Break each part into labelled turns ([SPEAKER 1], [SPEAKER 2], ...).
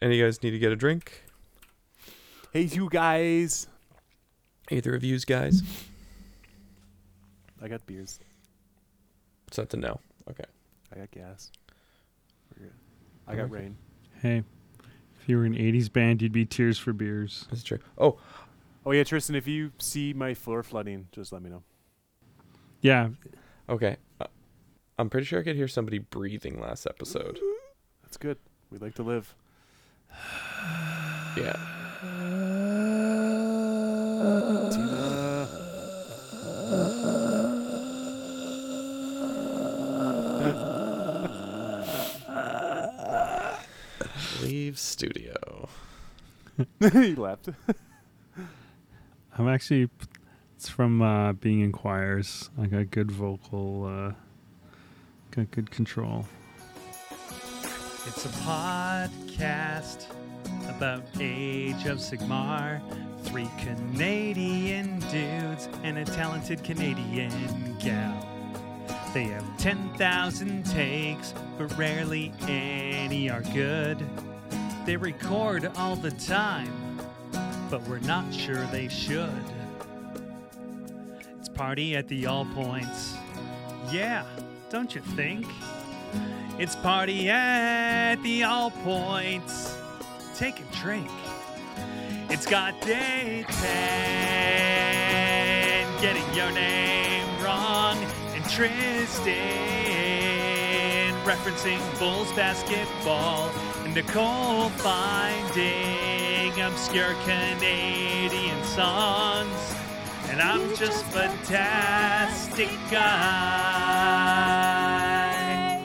[SPEAKER 1] Any of you guys need to get a drink?
[SPEAKER 2] Hey, you guys.
[SPEAKER 1] Either of yous guys?
[SPEAKER 2] I got beers.
[SPEAKER 1] Something no. Okay.
[SPEAKER 2] I got gas. We're good. I got
[SPEAKER 1] Okay.
[SPEAKER 2] rain.
[SPEAKER 3] Hey, if you were an 80s band, you'd be Tears for Beers.
[SPEAKER 1] That's true. Oh,
[SPEAKER 2] Oh yeah, Tristan. If you see my floor flooding, just let me know.
[SPEAKER 3] Yeah,
[SPEAKER 1] okay. Uh, I'm pretty sure I could hear somebody breathing last episode.
[SPEAKER 2] That's good. We like to live.
[SPEAKER 1] Yeah. Leave studio.
[SPEAKER 2] he left.
[SPEAKER 3] I'm actually. It's from uh, being in choirs. I got good vocal, uh, got good control. It's a podcast about Age of Sigmar. Three Canadian dudes and a talented Canadian gal. They have 10,000 takes, but rarely any are good. They record all the time but we're not sure they should. It's party at the All Points. Yeah, don't you think? It's party at the All Points. Take a drink. It's got dates and getting your name wrong and Tristan referencing Bulls basketball and Nicole finding obscure Canadian songs and I'm just fantastic guy.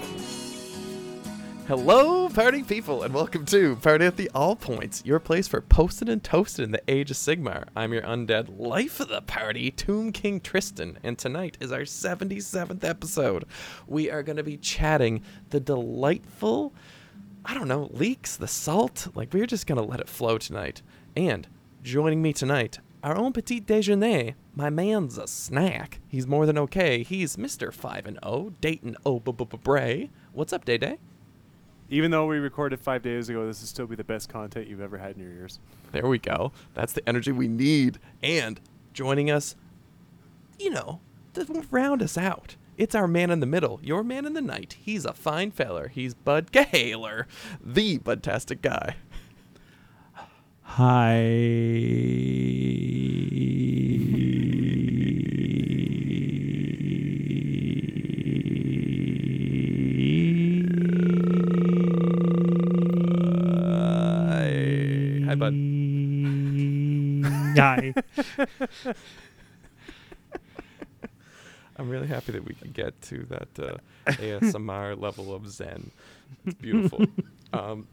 [SPEAKER 1] Hello, party people, and welcome to Party at the All Points, your place for posted and toasted in the Age of Sigmar. I'm your undead life of the party, Tomb King Tristan, and tonight is our 77th episode. We are going to be chatting the delightful, I don't know, leaks, the salt. Like, we're just going to let it flow tonight. And joining me tonight, our own petit déjeuner. My man's a snack. He's more than okay. He's Mr. 5 and O, Dayton O B B Bray. What's up, Day Day?
[SPEAKER 2] Even though we recorded five days ago, this will still be the best content you've ever had in your ears.
[SPEAKER 1] There we go. That's the energy we need. And joining us, you know, that will round us out. It's our man in the middle, your man in the night. He's a fine feller. He's Bud Gahaler, the Budtastic guy.
[SPEAKER 3] Hi.
[SPEAKER 1] Hi, Bud.
[SPEAKER 3] Hi.
[SPEAKER 1] I'm really happy that we could get to that uh, ASMR level of zen. It's beautiful. um,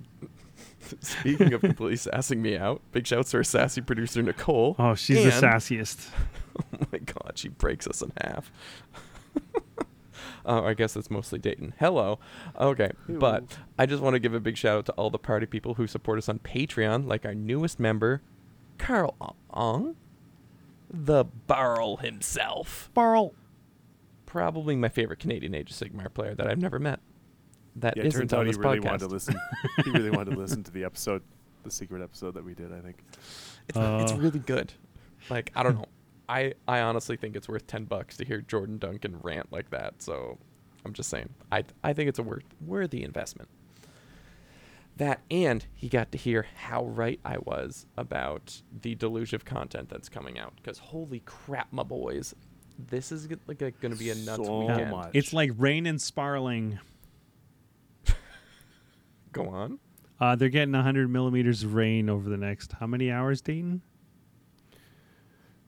[SPEAKER 1] speaking of completely sassing me out, big shouts to our sassy producer, Nicole.
[SPEAKER 3] Oh, she's
[SPEAKER 1] and,
[SPEAKER 3] the sassiest.
[SPEAKER 1] Oh my god, she breaks us in half. uh, I guess that's mostly Dayton. Hello. Okay, but
[SPEAKER 2] Hello.
[SPEAKER 1] I just want to give a big shout out to all the party people who support us on Patreon, like our newest member, Carl Ong, the Barrel himself.
[SPEAKER 3] Barl.
[SPEAKER 1] Probably my favorite Canadian Age of Sigmar player that I've never met. That
[SPEAKER 2] yeah,
[SPEAKER 1] not
[SPEAKER 2] turns
[SPEAKER 1] on
[SPEAKER 2] out he
[SPEAKER 1] this
[SPEAKER 2] really
[SPEAKER 1] podcast.
[SPEAKER 2] wanted to listen. he really wanted to listen to the episode, the secret episode that we did. I think.
[SPEAKER 1] It's, it's
[SPEAKER 3] Uh.
[SPEAKER 1] really good. Like I don't know. I I honestly think it's worth ten bucks to hear Jordan Duncan rant like that. So I'm just saying. I I think it's a worth worthy investment. That and he got to hear how right I was about the deluge of content that's coming out. Because holy crap, my boys, this is g- like going to be a nuts
[SPEAKER 2] So
[SPEAKER 1] weekend.
[SPEAKER 2] much.
[SPEAKER 3] It's like rain and sparling.
[SPEAKER 1] Go on.
[SPEAKER 3] Uh, they're getting 100 millimeters of rain over the next how many hours, Dayton?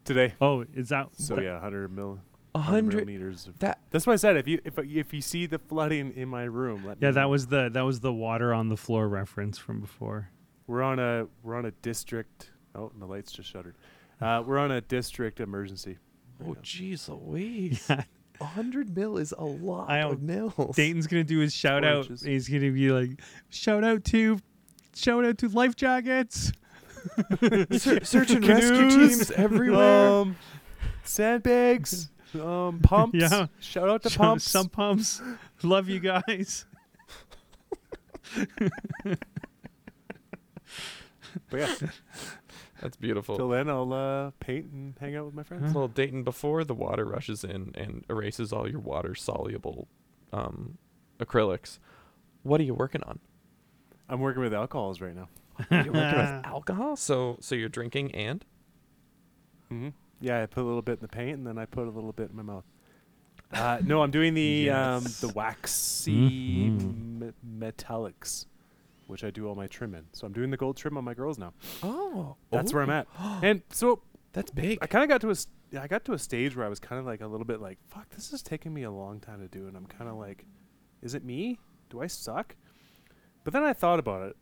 [SPEAKER 2] Today.
[SPEAKER 3] Oh, is that
[SPEAKER 2] So yeah, 100 mil.
[SPEAKER 1] A
[SPEAKER 2] 100
[SPEAKER 1] hundred.
[SPEAKER 2] meters. Of,
[SPEAKER 1] That
[SPEAKER 2] that's why I said if you if if you see the flooding in my room, let me
[SPEAKER 3] Yeah, that
[SPEAKER 2] know.
[SPEAKER 3] was the that was the water on the floor reference from before.
[SPEAKER 2] We're on a we're on a district. Oh, and the lights just shuttered. Uh, we're on a district emergency. right
[SPEAKER 1] oh
[SPEAKER 2] now.
[SPEAKER 1] jeez Louise. A hundred mil is a lot
[SPEAKER 3] I
[SPEAKER 1] of mills.
[SPEAKER 3] Dayton's gonna do his shout
[SPEAKER 2] Four
[SPEAKER 3] out.
[SPEAKER 2] inches.
[SPEAKER 3] He's gonna be like, shout out to, shout out to life jackets.
[SPEAKER 1] search and rescue
[SPEAKER 2] Canoes,
[SPEAKER 1] teams everywhere.
[SPEAKER 2] Um, sandbags, um, pumps.
[SPEAKER 3] Yeah.
[SPEAKER 2] Shout out to
[SPEAKER 3] Some-
[SPEAKER 2] pumps.
[SPEAKER 3] Some pumps. Love you guys.
[SPEAKER 2] But yeah,
[SPEAKER 1] That's beautiful.
[SPEAKER 2] till then I'll uh, paint and hang out with my
[SPEAKER 1] It's
[SPEAKER 2] friends.
[SPEAKER 1] a little Dayton before the water rushes in and erases all your water soluble um, acrylics. What are you working on?
[SPEAKER 2] I'm working with alcohols right now.
[SPEAKER 1] You're working with alcohol, so so you're drinking and
[SPEAKER 2] Mm-hmm. Yeah, I put a little bit in the paint and then I put a little bit in my mouth. Uh, no, I'm doing the um, the
[SPEAKER 3] Yes.
[SPEAKER 2] waxy
[SPEAKER 3] Mhm.
[SPEAKER 2] me- metallics, which I do all my trim in. So I'm doing the gold trim on my girls now.
[SPEAKER 1] oh,
[SPEAKER 2] That's where I'm at. And so
[SPEAKER 1] That's big.
[SPEAKER 2] I kind of got to a s- yeah, I got to a stage where I was kind of like a little bit like, fuck, this is taking me a long time to do, and I'm kind of like, is it me? Do I suck? But then I thought about it.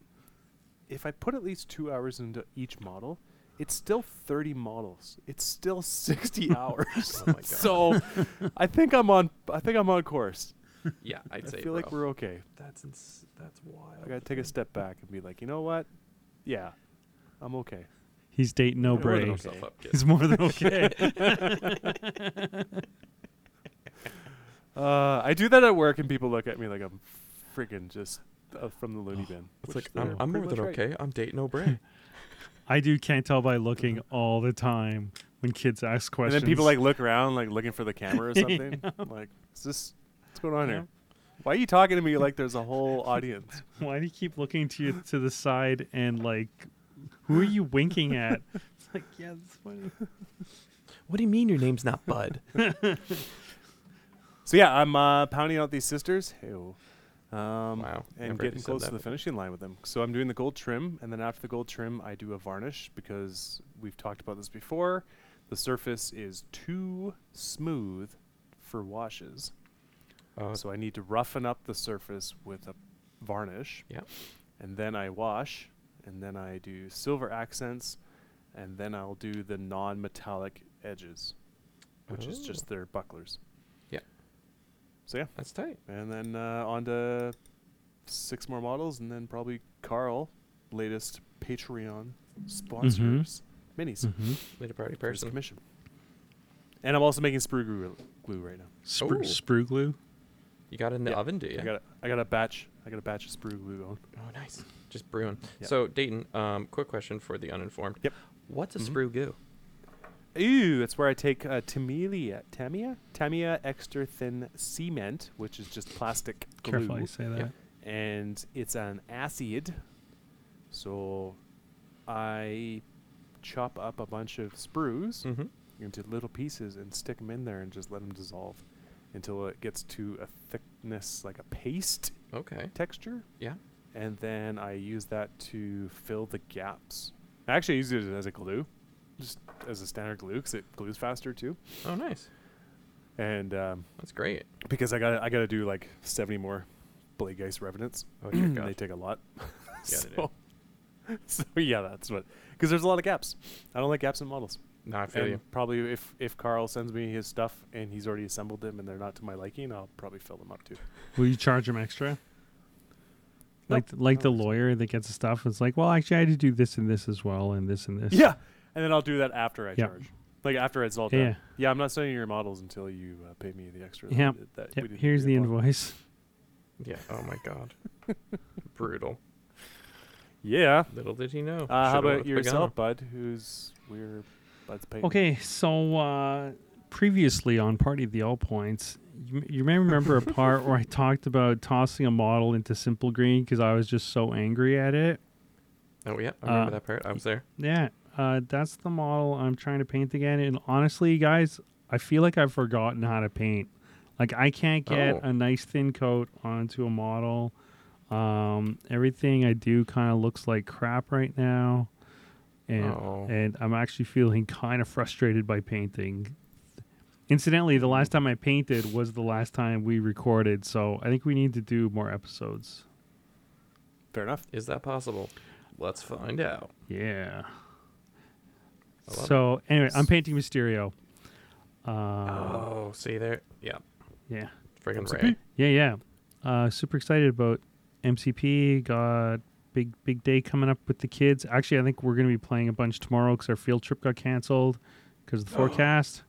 [SPEAKER 2] If I put at least two hours into each model, it's still 30 models. It's still 60 hours.
[SPEAKER 1] Oh my God.
[SPEAKER 2] so I think I'm on. I think I'm on course.
[SPEAKER 1] yeah, I'd
[SPEAKER 2] I
[SPEAKER 1] say.
[SPEAKER 2] feel like
[SPEAKER 1] bro.
[SPEAKER 2] we're okay.
[SPEAKER 1] That's ins- that's wild.
[SPEAKER 2] I gotta take a step back and be like, you know what? Yeah, I'm okay.
[SPEAKER 3] He's dating
[SPEAKER 2] More
[SPEAKER 3] no
[SPEAKER 2] than
[SPEAKER 3] break.
[SPEAKER 2] okay.
[SPEAKER 1] Yourself up, kid.
[SPEAKER 3] He's more than okay.
[SPEAKER 2] Uh, I do that at work, and people look at me like I'm freaking just uh, from the loony bin.
[SPEAKER 1] It's
[SPEAKER 2] which
[SPEAKER 1] like
[SPEAKER 2] they're
[SPEAKER 1] I'm, I'm more
[SPEAKER 2] pretty
[SPEAKER 1] than
[SPEAKER 2] much right.
[SPEAKER 1] okay. I'm dating O'Brien.
[SPEAKER 3] I do can't tell by looking all the time when kids ask
[SPEAKER 2] And
[SPEAKER 3] questions.
[SPEAKER 2] then people like look around, like looking for the camera or something. I'm Like, is this what's going on here? Why are you talking to me like there's a whole audience?
[SPEAKER 3] why do you keep looking to you to the side and like, who are you winking at? it's like, yeah, that's funny.
[SPEAKER 1] what do you mean your name's not Bud?
[SPEAKER 2] So yeah, I'm uh, pounding out these sisters. Ew. Um,
[SPEAKER 1] Wow,
[SPEAKER 2] And
[SPEAKER 1] never heard you
[SPEAKER 2] getting
[SPEAKER 1] said
[SPEAKER 2] close to
[SPEAKER 1] that
[SPEAKER 2] the finishing line with them. So I'm doing the gold trim, and then after the gold trim, I do a varnish because we've talked about this before. The surface is too smooth for washes.
[SPEAKER 1] Uh,
[SPEAKER 2] Oh, So I need to roughen up the surface with a varnish.
[SPEAKER 1] Yep.
[SPEAKER 2] And then I wash, and then I do silver accents, and then I'll do the non-metallic edges, which is
[SPEAKER 1] Oh.
[SPEAKER 2] just their bucklers.
[SPEAKER 1] Yeah.
[SPEAKER 2] So yeah,
[SPEAKER 1] that's tight.
[SPEAKER 2] and then uh, on to six more models, and then probably Carl, latest Patreon sponsors minis for
[SPEAKER 3] Mm-hmm.
[SPEAKER 1] Made a party
[SPEAKER 2] his
[SPEAKER 1] person.
[SPEAKER 2] commission. And I'm also making sprue glue, glue right now.
[SPEAKER 3] Spru-
[SPEAKER 1] Ooh.
[SPEAKER 3] sprue glue.
[SPEAKER 1] You got it in the
[SPEAKER 2] Yeah,
[SPEAKER 1] oven, do you?
[SPEAKER 2] I got a, I got a batch. I got a batch of sprue glue going.
[SPEAKER 1] Oh, nice. Just brewing.
[SPEAKER 2] Yeah.
[SPEAKER 1] So, Dayton, um, quick question for the uninformed.
[SPEAKER 2] Yep.
[SPEAKER 1] What's a
[SPEAKER 2] Mhm.
[SPEAKER 1] sprue goo?
[SPEAKER 2] Ooh, that's where I take uh, Tamilia, Tamia, Tamia extra thin cement, which is just plastic
[SPEAKER 3] Careful, how
[SPEAKER 2] glue,
[SPEAKER 3] you say that.
[SPEAKER 2] and it's an acid. So, I chop up a bunch of sprues
[SPEAKER 1] Mm-hmm.
[SPEAKER 2] into little pieces and stick them in there and just let them dissolve until it gets to a thickness like a paste
[SPEAKER 1] Okay.
[SPEAKER 2] texture,
[SPEAKER 1] Yeah.
[SPEAKER 2] and then I use that to fill the gaps. I actually use it as a glue, just as a standard glue, because it glues faster too.
[SPEAKER 1] Oh, nice.
[SPEAKER 2] and um,
[SPEAKER 1] That's great.
[SPEAKER 2] because I got to I got to do like seventy more Blade Geist Revenants.
[SPEAKER 1] Oh, dear
[SPEAKER 2] and
[SPEAKER 1] God.
[SPEAKER 2] they take a lot.
[SPEAKER 1] Yeah,
[SPEAKER 2] so,
[SPEAKER 1] they do.
[SPEAKER 2] so yeah, that's what because there's a lot of gaps. I don't like gaps in models.
[SPEAKER 1] No, I feel
[SPEAKER 2] and
[SPEAKER 1] you.
[SPEAKER 2] Probably if if Carl sends me his stuff and he's already assembled them and they're not to my liking, I'll probably fill them up too.
[SPEAKER 3] Will you charge them extra? Like
[SPEAKER 2] I
[SPEAKER 3] like the
[SPEAKER 2] don't think so.
[SPEAKER 3] lawyer that gets the stuff. It's like, well, actually, I had to do this and this as well, and this and this.
[SPEAKER 2] Yeah, and then I'll do that after I
[SPEAKER 3] Yeah.
[SPEAKER 2] charge. Like after it's all done.
[SPEAKER 3] Yeah.
[SPEAKER 2] Yeah. I'm not sending you your models until you uh, pay me the extra. that
[SPEAKER 3] Yep.
[SPEAKER 2] we did- that we
[SPEAKER 3] Yep,
[SPEAKER 2] didn't
[SPEAKER 3] here's the
[SPEAKER 2] agree upon.
[SPEAKER 3] invoice.
[SPEAKER 1] Yeah. Oh my God. Brutal.
[SPEAKER 2] Yeah.
[SPEAKER 1] Little did he know.
[SPEAKER 2] Uh, how
[SPEAKER 1] Should've went
[SPEAKER 2] about
[SPEAKER 1] with
[SPEAKER 2] yourself,
[SPEAKER 1] Pagano.
[SPEAKER 2] bud? Who's we're Bud's Peyton.
[SPEAKER 3] Okay, so uh, previously on Party at the All Points, you, you may remember a part where I talked about tossing a model into Simple Green because I was just so angry at it.
[SPEAKER 1] Oh yeah, I remember
[SPEAKER 3] Uh,
[SPEAKER 1] that part. I was there.
[SPEAKER 3] Yeah, uh, that's the model I'm trying to paint again. And honestly, guys, I feel like I've forgotten how to paint. Like I can't get
[SPEAKER 1] Oh.
[SPEAKER 3] a nice thin coat onto a model. Um, everything I do kind of looks like crap right now, and
[SPEAKER 1] Oh.
[SPEAKER 3] and I'm actually feeling kind of frustrated by painting. Incidentally, the last time I painted was the last time we recorded, so I think we need to do more episodes.
[SPEAKER 2] Fair enough.
[SPEAKER 1] Is that possible? Let's find out.
[SPEAKER 3] Yeah.
[SPEAKER 1] I love
[SPEAKER 3] So anyway, I'm painting Mysterio. Uh,
[SPEAKER 1] oh, see there. Yeah.
[SPEAKER 3] Yeah.
[SPEAKER 1] Friggin'
[SPEAKER 3] MCP.
[SPEAKER 1] Ray.
[SPEAKER 3] Yeah, yeah. Uh, super excited about MCP. Got big big day coming up with the kids. Actually, I think we're going to be playing a bunch tomorrow because our field trip got canceled because of the
[SPEAKER 1] Oh.
[SPEAKER 3] forecast.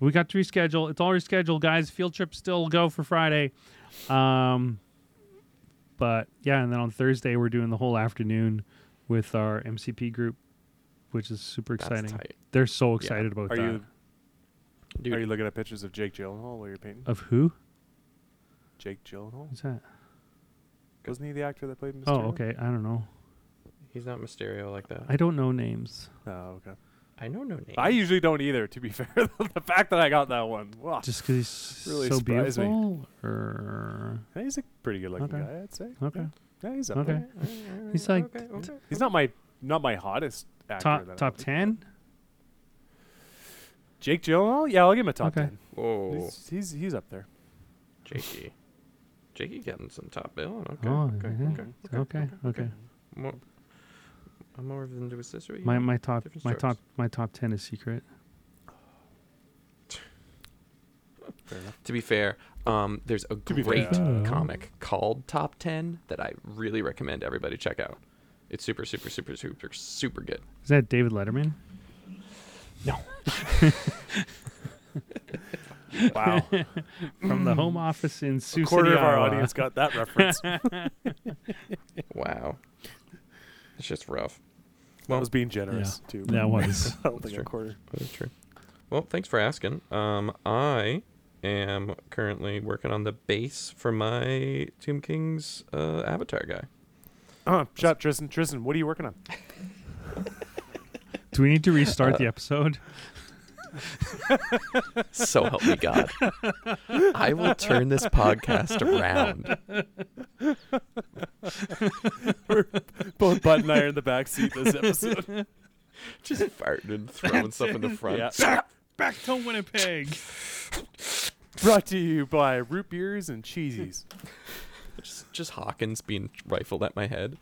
[SPEAKER 3] We got to reschedule. It's all rescheduled, guys. Field trip still go for Friday. Um, but yeah, and then on Thursday we're doing the whole afternoon with our MCP group, which is super
[SPEAKER 1] That's
[SPEAKER 3] exciting.
[SPEAKER 1] tight.
[SPEAKER 3] They're so excited about
[SPEAKER 2] Are
[SPEAKER 3] that.
[SPEAKER 2] you
[SPEAKER 1] Dude,
[SPEAKER 2] are you looking at pictures of Jake Gyllenhaal while you're painting?
[SPEAKER 3] of who?
[SPEAKER 2] Jake Gyllenhaal
[SPEAKER 3] Who's that?
[SPEAKER 2] wasn't he the actor that played Mr.
[SPEAKER 3] Oh, okay. I don't know.
[SPEAKER 1] he's not Mysterio like that.
[SPEAKER 3] I don't know names.
[SPEAKER 2] Oh, okay.
[SPEAKER 1] I know no name.
[SPEAKER 2] I usually don't either. To be fair, the fact that I got that one, wow.
[SPEAKER 3] Just because he's
[SPEAKER 2] Really
[SPEAKER 3] so
[SPEAKER 2] surprised me.
[SPEAKER 3] beautiful? Or.
[SPEAKER 2] Yeah, he's a pretty good looking
[SPEAKER 3] Okay.
[SPEAKER 2] guy, I'd say.
[SPEAKER 3] Okay.
[SPEAKER 2] Yeah, he's up
[SPEAKER 3] Okay.
[SPEAKER 2] there.
[SPEAKER 3] He's like
[SPEAKER 1] Okay, okay.
[SPEAKER 2] He's not my not my hottest actor. that I
[SPEAKER 3] top top
[SPEAKER 2] like.
[SPEAKER 3] 10?
[SPEAKER 2] Jake Gyllenhaal. Yeah, I'll give him a top
[SPEAKER 3] Okay.
[SPEAKER 2] ten.
[SPEAKER 1] Whoa,
[SPEAKER 2] He's, he's he's up there.
[SPEAKER 1] Jakey. Jakey getting some top billing. Okay.
[SPEAKER 2] Uh-huh.
[SPEAKER 3] Oh,
[SPEAKER 1] okay,
[SPEAKER 2] Mm-hmm.
[SPEAKER 3] yeah.
[SPEAKER 1] okay.
[SPEAKER 3] Okay. Okay.
[SPEAKER 1] More, I'm more than to assist you.
[SPEAKER 3] My my top
[SPEAKER 1] Different
[SPEAKER 3] my
[SPEAKER 1] strokes.
[SPEAKER 3] top my top 10 is secret.
[SPEAKER 2] Fair enough.
[SPEAKER 1] To be fair, um, there's a
[SPEAKER 2] be
[SPEAKER 1] great
[SPEAKER 2] fair.
[SPEAKER 1] comic called Top Ten that I really recommend everybody check out. It's super, super, super, super, super good.
[SPEAKER 3] Is that David Letterman?
[SPEAKER 2] Wow.
[SPEAKER 3] From the home office in
[SPEAKER 2] a
[SPEAKER 3] Sioux
[SPEAKER 2] quarter
[SPEAKER 3] City,
[SPEAKER 2] of our
[SPEAKER 3] Iowa.
[SPEAKER 2] audience got that reference. that
[SPEAKER 1] Wow, it's just rough. Well,
[SPEAKER 2] was being generous too.
[SPEAKER 3] That was.
[SPEAKER 2] I
[SPEAKER 1] That's
[SPEAKER 2] don't think a
[SPEAKER 1] true.
[SPEAKER 2] quarter.
[SPEAKER 1] That's true. Well, thanks for asking. Um, I am currently working on the base for my Tomb King's uh, avatar guy.
[SPEAKER 2] Oh, shut up, Tristan. Tristan, what are you working on?
[SPEAKER 3] Do we need to restart the episode?
[SPEAKER 1] So help me God, I will turn this podcast around.
[SPEAKER 2] Both Bud and I are in the back seat this episode.
[SPEAKER 1] Just farting and throwing stuff in the front.
[SPEAKER 2] Yeah.
[SPEAKER 3] Back to Winnipeg.
[SPEAKER 2] Brought to you by root beers and cheesies.
[SPEAKER 1] Just, just Hawkins being rifled at my head.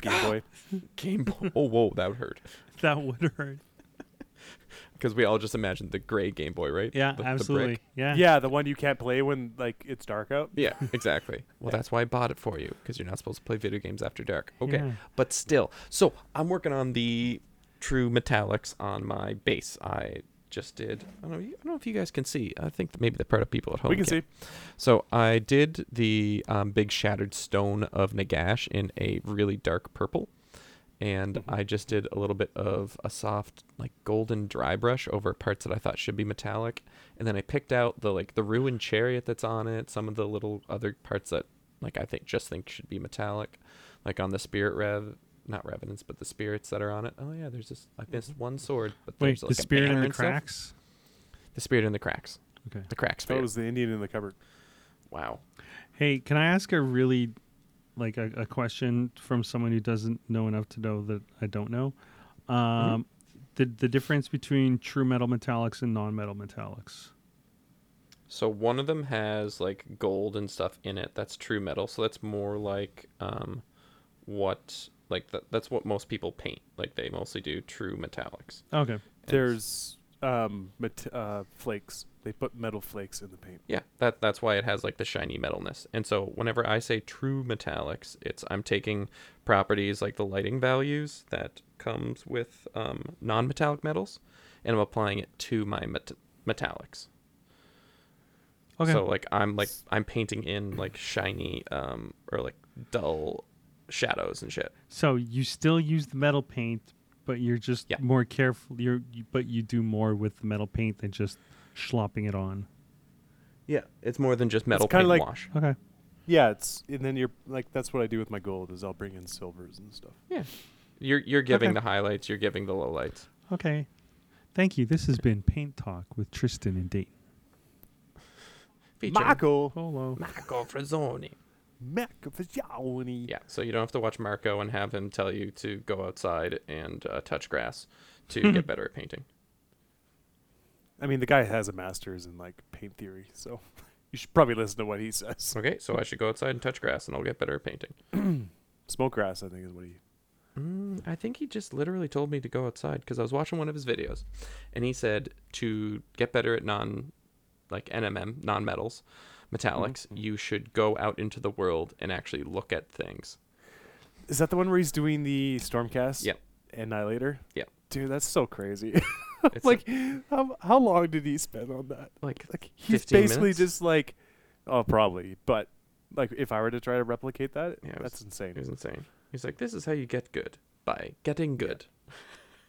[SPEAKER 2] Game Boy.
[SPEAKER 1] Game Boy. Oh, whoa, that would hurt.
[SPEAKER 3] that would hurt.
[SPEAKER 1] Because we all just imagined the gray Game Boy, right?
[SPEAKER 3] Yeah,
[SPEAKER 1] The- the brick.
[SPEAKER 3] absolutely. yeah.
[SPEAKER 2] Yeah, the one you can't play when like it's dark out.
[SPEAKER 1] Yeah, exactly. Well, that's why I bought it for you because you're not supposed to play video games after dark. Okay,
[SPEAKER 3] Yeah.
[SPEAKER 1] but still. So I'm working on the true metallics on my base. I just did. I don't know. I don't know if you guys can see. I think that maybe the part of people at home.
[SPEAKER 2] we can see.
[SPEAKER 1] So I did the um, big shattered stone of Nagash in a really dark purple, and
[SPEAKER 3] Mm-hmm.
[SPEAKER 1] I just did a little bit of a soft like golden dry brush over parts that I thought should be metallic, and then I picked out the like the ruined chariot that's on it, some of the little other parts that like I think just think should be metallic, like on the spirit rev. Not revenants, but the spirits that are on it. Oh yeah, there's this. I missed one sword, but
[SPEAKER 3] Mm-hmm. Wait,
[SPEAKER 1] there's
[SPEAKER 3] the
[SPEAKER 1] like a
[SPEAKER 3] spirit
[SPEAKER 1] banner
[SPEAKER 3] in the
[SPEAKER 1] and stuff.
[SPEAKER 3] cracks?
[SPEAKER 1] The spirit in the cracks.
[SPEAKER 3] Okay.
[SPEAKER 1] The cracks.
[SPEAKER 2] That Oh, was the Indian in the cupboard.
[SPEAKER 1] Wow.
[SPEAKER 3] Hey, can I ask a really, like, a, a question from someone who doesn't know enough to know that I don't know? Um, the, the difference between true metal metallics and non metal metallics.
[SPEAKER 1] So one of them has like gold and stuff in it. That's true metal. So that's more like um, what like that, that's what most people paint. Like they mostly do true metallics.
[SPEAKER 3] Okay.
[SPEAKER 2] There's um met- uh, flakes. They put metal flakes in the paint.
[SPEAKER 1] Yeah, that that's why it has like the shiny metalness. And so whenever I say true metallics, it's I'm taking properties like the lighting values that comes with um, non-metallic metals, and I'm applying it to my met- metallics.
[SPEAKER 3] Okay.
[SPEAKER 1] So like I'm like I'm painting in like shiny um or like dull shadows and shit.
[SPEAKER 3] So you still use the metal paint, but you're just
[SPEAKER 1] Yeah.
[SPEAKER 3] more careful. You're, you, but you do more with the metal paint than just schlopping it on.
[SPEAKER 1] Yeah, it's more than just metal
[SPEAKER 2] kinda
[SPEAKER 1] paint
[SPEAKER 2] like-
[SPEAKER 1] wash.
[SPEAKER 3] Okay.
[SPEAKER 2] Yeah, it's and then you're like that's what I do with my gold is I'll bring in silvers and stuff.
[SPEAKER 1] Yeah. You're you're giving
[SPEAKER 3] Okay.
[SPEAKER 1] the highlights, you're giving the lowlights.
[SPEAKER 3] Okay. Thank you. This has been Paint Talk with Tristan and Dayton.
[SPEAKER 1] Featuring
[SPEAKER 2] Marco,
[SPEAKER 3] Hello.
[SPEAKER 1] Marco Frazzoni.
[SPEAKER 2] Macaviani.
[SPEAKER 1] Yeah, so you don't have to watch Marco and have him tell you to go outside and uh, touch grass
[SPEAKER 3] Hmm.
[SPEAKER 1] to get better at painting.
[SPEAKER 2] I mean the guy has a master's in like paint theory, so you should probably listen to what he says.
[SPEAKER 1] Okay, so I should go outside and touch grass and I'll get better at painting.
[SPEAKER 2] Smoke grass, I think, is what he.
[SPEAKER 1] Mm, I think he just literally told me to go outside because I was watching one of his videos, and he said to get better at non, like NMM non metals, metallics, you should go out into the world and actually look at things.
[SPEAKER 2] Is that the one where he's doing the stormcast?
[SPEAKER 1] Yep.
[SPEAKER 2] Annihilator.
[SPEAKER 1] Yep.
[SPEAKER 2] Dude, that's so crazy.
[SPEAKER 1] It's
[SPEAKER 2] like, how how long did he spend on that?
[SPEAKER 1] like
[SPEAKER 2] Like he's
[SPEAKER 1] 15
[SPEAKER 2] basically
[SPEAKER 1] minutes?
[SPEAKER 2] just like, oh, probably, but like if I were to try to replicate that,
[SPEAKER 1] Yeah, it was-
[SPEAKER 2] that's insane.
[SPEAKER 1] It was insane. He's like, this is how you get good. by getting good.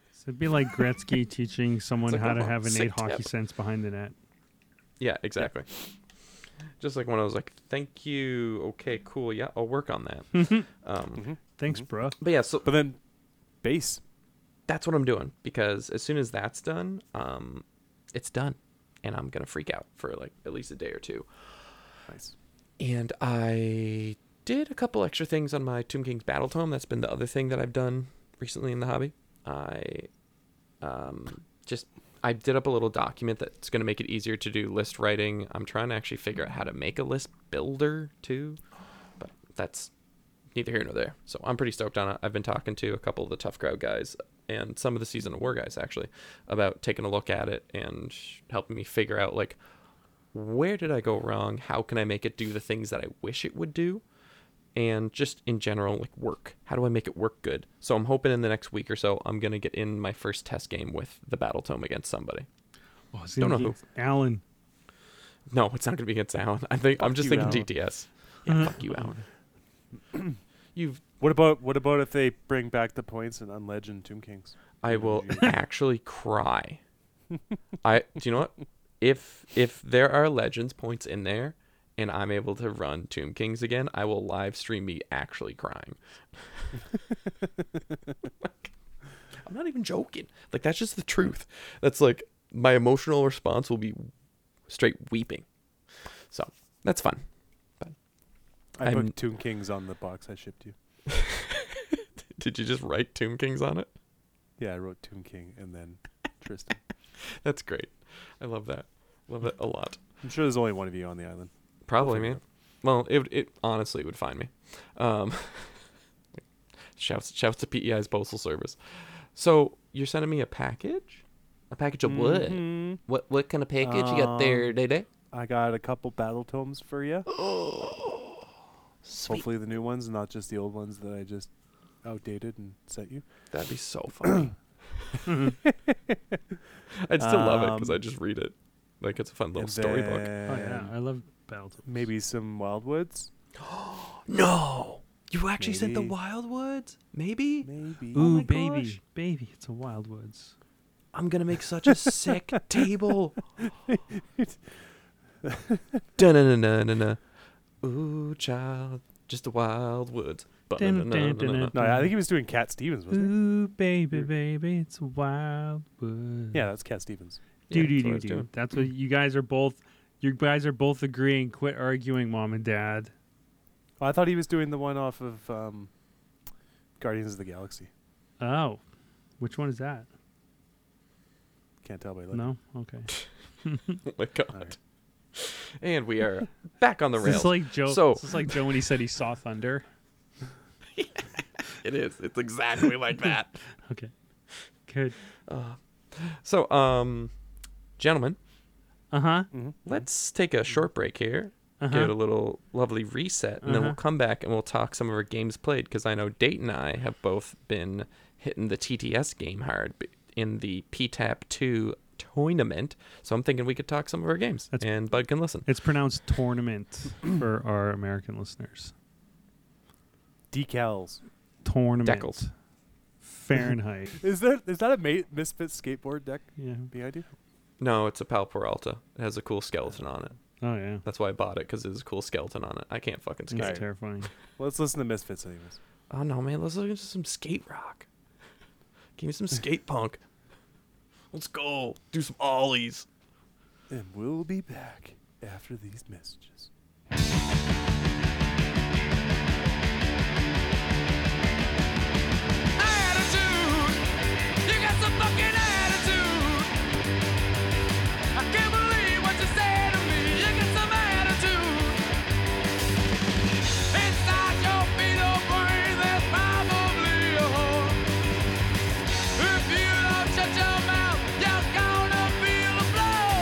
[SPEAKER 3] So it'd be like Gretzky teaching someone
[SPEAKER 1] like
[SPEAKER 3] how
[SPEAKER 1] a
[SPEAKER 3] to have an
[SPEAKER 1] sick
[SPEAKER 3] eight hockey
[SPEAKER 1] tip.
[SPEAKER 3] cents behind the net.
[SPEAKER 1] Yeah, exactly. Just like when I was like, "Thank you, okay, cool, yeah, I'll work on that." um,
[SPEAKER 3] Thanks,
[SPEAKER 2] Mhm.
[SPEAKER 3] bruh.
[SPEAKER 1] but yeah, so
[SPEAKER 2] But then bass.
[SPEAKER 1] that's what I'm doing because as soon as that's done, um, it's done, and I'm gonna freak out for like at least a day or two.
[SPEAKER 2] Nice.
[SPEAKER 1] And I did a couple extra things on my Tomb King's Battle Tome. That's been the other thing that I've done recently in the hobby. I um, just I did up a little document that's going to make it easier to do list writing. I'm trying to actually figure out how to make a list builder too, but that's neither here nor there. So I'm pretty stoked on it. I've been talking to a couple of the Tough Crowd guys and some of the Season of War guys actually about taking a look at it and helping me figure out like where did I go wrong? How can I make it do the things that I wish it would do? And just in general, like work. How do I make it work good? So I'm hoping in the next week or so, I'm gonna get in my first test game with the Battle Tome against somebody.
[SPEAKER 3] Oh, it's
[SPEAKER 1] Don't
[SPEAKER 3] gonna
[SPEAKER 1] know
[SPEAKER 3] be Alan.
[SPEAKER 1] No, it's not gonna be against Alan. I think I'm
[SPEAKER 2] Fuck
[SPEAKER 1] just
[SPEAKER 2] you,
[SPEAKER 1] thinking
[SPEAKER 2] Alan.
[SPEAKER 1] GTS. Yeah, fuck you, Alan. You've.
[SPEAKER 2] What about what about if they bring back the points and unlegend Tomb Kings?
[SPEAKER 1] I will
[SPEAKER 2] Gee.
[SPEAKER 1] actually cry. I. Do you know what? If if there are legends points in there, and I'm able to run Tomb Kings again, I will live stream me actually crying. I'm not even joking. Like that's just the truth. That's like my emotional response will be straight weeping. So that's fun.
[SPEAKER 2] I
[SPEAKER 1] I'm-
[SPEAKER 2] put Tomb Kings on the box I shipped you.
[SPEAKER 1] Did you just write Tomb Kings on it?
[SPEAKER 2] Yeah, I wrote Tomb King and then Tristan.
[SPEAKER 1] That's great. I love that. Love it a lot.
[SPEAKER 2] I'm sure there's only one of you on the island.
[SPEAKER 1] Probably
[SPEAKER 2] figure it
[SPEAKER 1] man. Well, it it honestly would find me. Um, shouts shouts to PEI's postal service. So you're sending me a package, a package of what?
[SPEAKER 3] Mm-hmm.
[SPEAKER 2] Mhm.
[SPEAKER 1] What what kind of package you got there, Day Day?
[SPEAKER 2] I got a couple battle tomes for you.
[SPEAKER 1] Sweet.
[SPEAKER 2] Hopefully the new ones, not just the old ones that I just outdated and sent you.
[SPEAKER 1] That'd be so funny. Mm-hmm. I'd still love it because I just read it. Like it's a fun little
[SPEAKER 2] And
[SPEAKER 1] storybook.
[SPEAKER 3] Oh yeah,
[SPEAKER 2] then
[SPEAKER 3] I love Battletoads.
[SPEAKER 2] Maybe some wildwoods.
[SPEAKER 1] No, you actually sent the
[SPEAKER 2] Maybe.
[SPEAKER 1] Wildwoods. Maybe
[SPEAKER 2] Maybe.
[SPEAKER 1] Oh
[SPEAKER 3] Ooh,
[SPEAKER 1] my
[SPEAKER 3] baby,
[SPEAKER 1] gosh.
[SPEAKER 3] baby, it's a Wild Woods.
[SPEAKER 1] I'm gonna make such a sick table. Dun-dun-dun-dun-dun. Ooh, child, just the wild woods.
[SPEAKER 3] Dun, dun, dun,
[SPEAKER 1] Ba-dun-dun-dun-dun.
[SPEAKER 2] No, I think he was doing Cat Stevens, wasn't he?
[SPEAKER 3] Ooh, baby, baby, it's a Wild Woods.
[SPEAKER 2] Yeah, that's Cat Stevens.
[SPEAKER 1] Yeah,
[SPEAKER 3] do do
[SPEAKER 1] that's what I
[SPEAKER 3] do
[SPEAKER 1] was
[SPEAKER 3] do.
[SPEAKER 1] doing.
[SPEAKER 3] That's what you guys are both. You guys are both agreeing. Quit arguing, mom and dad.
[SPEAKER 2] Oh, I thought he was doing the one off of um, Guardians of the Galaxy.
[SPEAKER 3] Oh, which one is that?
[SPEAKER 2] Can't tell by looking.
[SPEAKER 3] No, okay.
[SPEAKER 1] Oh my god.
[SPEAKER 2] Alright.
[SPEAKER 1] And we are back on the
[SPEAKER 3] This
[SPEAKER 1] rails.
[SPEAKER 3] is like Joe.
[SPEAKER 1] So-
[SPEAKER 3] this is like Joe when he said he saw thunder.
[SPEAKER 1] it is. It's exactly like that. Uh,
[SPEAKER 3] Okay, good.
[SPEAKER 1] So, um, gentlemen,
[SPEAKER 3] Uh huh.
[SPEAKER 2] Mm-hmm.
[SPEAKER 1] let's take a short break here. Give it a
[SPEAKER 3] Uh
[SPEAKER 1] little lovely reset, and then we'll
[SPEAKER 3] Uh-huh.
[SPEAKER 1] come back and we'll talk some of our games played because I know Date and I have both been hitting the TTS game hard b- in the PTAP 2 tournament. So I'm thinking we could talk some of our games,
[SPEAKER 3] That's-
[SPEAKER 1] and Bud can listen.
[SPEAKER 3] It's pronounced tournament for our American listeners.
[SPEAKER 2] Mm-hmm. Decals.
[SPEAKER 3] Tournament.
[SPEAKER 1] Decals.
[SPEAKER 3] Fahrenheit.
[SPEAKER 2] Is there is that a ma- misfit skateboard deck
[SPEAKER 3] yeah.
[SPEAKER 2] behind you?
[SPEAKER 1] No, it's a Pal Peralta. It has a cool skeleton on it.
[SPEAKER 3] Oh yeah.
[SPEAKER 1] That's why I bought it because it has a cool skeleton on it. I can't fucking
[SPEAKER 3] That's
[SPEAKER 1] skate.
[SPEAKER 2] Alright.
[SPEAKER 3] terrifying.
[SPEAKER 2] Let's listen to Misfits anyways.
[SPEAKER 1] Oh no, man, let's look into some skate rock. Give me some skate punk. Let's go do some ollies.
[SPEAKER 2] And we'll be back after these messages.
[SPEAKER 4] attitude. You got some fucking attitude. I can't believe what you said to me. You got some attitude. Inside your fetal brain, there's probably a hole. If you don't shut your mouth, you're gonna feel the blow.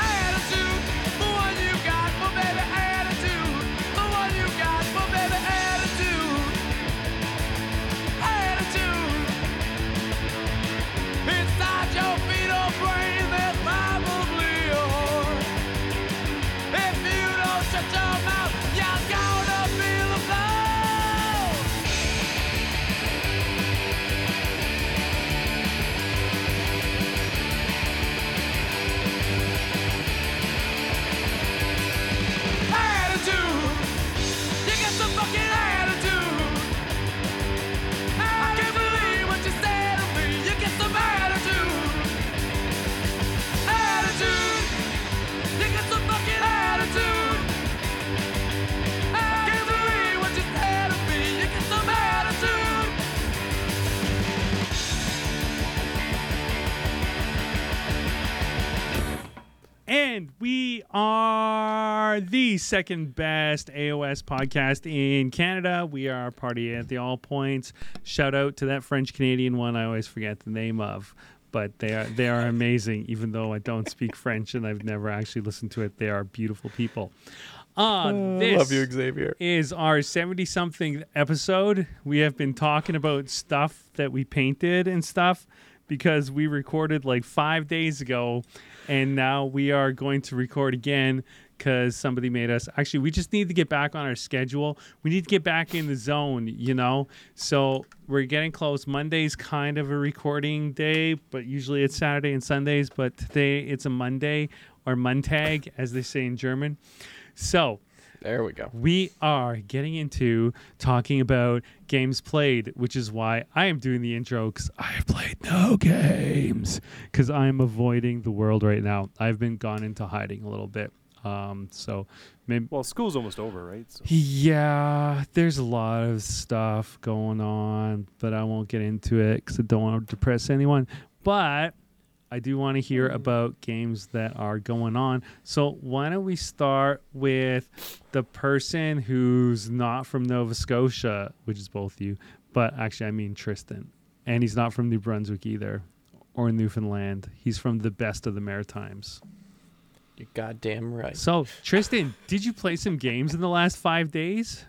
[SPEAKER 4] Attitude, the one you got,
[SPEAKER 3] And we are the second best AOS podcast in Canada. We are party at the all points. Shout out to that French Canadian one I always forget the name of. But they are they are amazing, even though I don't speak French and I've never actually listened to it. They are beautiful people. On this
[SPEAKER 1] Love you, Xavier.
[SPEAKER 3] is our 70 something episode. We have been talking about stuff that we painted and stuff because we recorded like five days ago and now we are going to record again because somebody made us actually we just need to get back on our schedule we need to get back in the zone you know so we're getting close monday's kind of a recording day but usually it's saturday and sundays but today it's a monday or montag as they say in german so
[SPEAKER 1] There we go.
[SPEAKER 3] we are getting into talking about games played, which is why I am doing the intro because I have played no games because I'm avoiding the world right now. I've been gone into hiding a little bit. Um, so maybe,
[SPEAKER 2] Well, school's almost over, right? So
[SPEAKER 3] yeah, there's a lot of stuff going on, but I won't get into it because I don't want to depress anyone. But I do want to hear about games that are going on. So why don't we start with the person who's not from Nova Scotia, which is both you, but actually I mean Tristan, and he's not from New Brunswick either, or Newfoundland. He's from the best of the Maritimes.
[SPEAKER 1] You're goddamn right.
[SPEAKER 3] So Tristan, did you play some games in the last five days?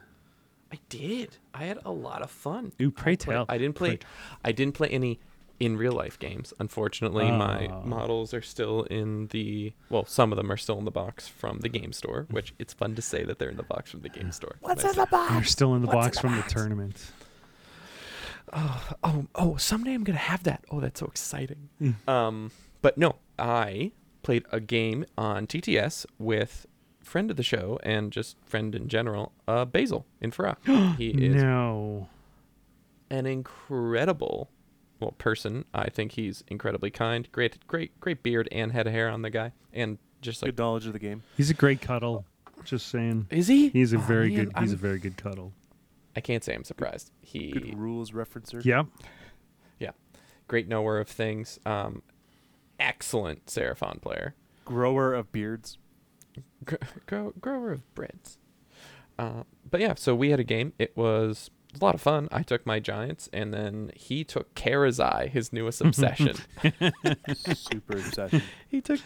[SPEAKER 1] I did. I had a lot of fun.
[SPEAKER 3] Ooh, pray tell.
[SPEAKER 1] I didn't play.
[SPEAKER 3] Pray-
[SPEAKER 1] I didn't play any in real life games. Unfortunately, my
[SPEAKER 3] Oh.
[SPEAKER 1] models are still in the. Well, some of them are still in the box from the game store, which it's fun to say that they're in the box from the game store. What's in the box?
[SPEAKER 3] You're still in the
[SPEAKER 1] What's in
[SPEAKER 3] box
[SPEAKER 1] the
[SPEAKER 3] from
[SPEAKER 1] box?
[SPEAKER 3] the tournament.
[SPEAKER 1] Oh, oh, someday I'm gonna have that. Oh, that's so exciting.
[SPEAKER 3] Hmm.
[SPEAKER 1] Um, but no, I played a game on TTS with friend of the show and just friend in general, uh, Basil in Farah. he is
[SPEAKER 3] No.
[SPEAKER 1] an incredible well person. I think he's incredibly kind. Great great great beard and head of hair on the guy. And just like
[SPEAKER 2] good knowledge of the game.
[SPEAKER 3] He's a great cuddle. Just saying.
[SPEAKER 1] Is he?
[SPEAKER 3] He's a
[SPEAKER 1] Oh,
[SPEAKER 3] very
[SPEAKER 1] man,
[SPEAKER 3] good he's a
[SPEAKER 1] I'm-
[SPEAKER 3] very good cuddle.
[SPEAKER 1] I can't say I'm surprised. He
[SPEAKER 2] Good rules referencer.
[SPEAKER 3] Yep.
[SPEAKER 1] yeah. Great knower of things. Um excellent Seraphon player.
[SPEAKER 2] Grower of beards.
[SPEAKER 1] Gr- grow, grower of breads. Uh, but yeah, so we had a game. It was a lot of fun. I took my giants, and then he took Karazai, his newest obsession.
[SPEAKER 2] Super obsession.
[SPEAKER 1] he took.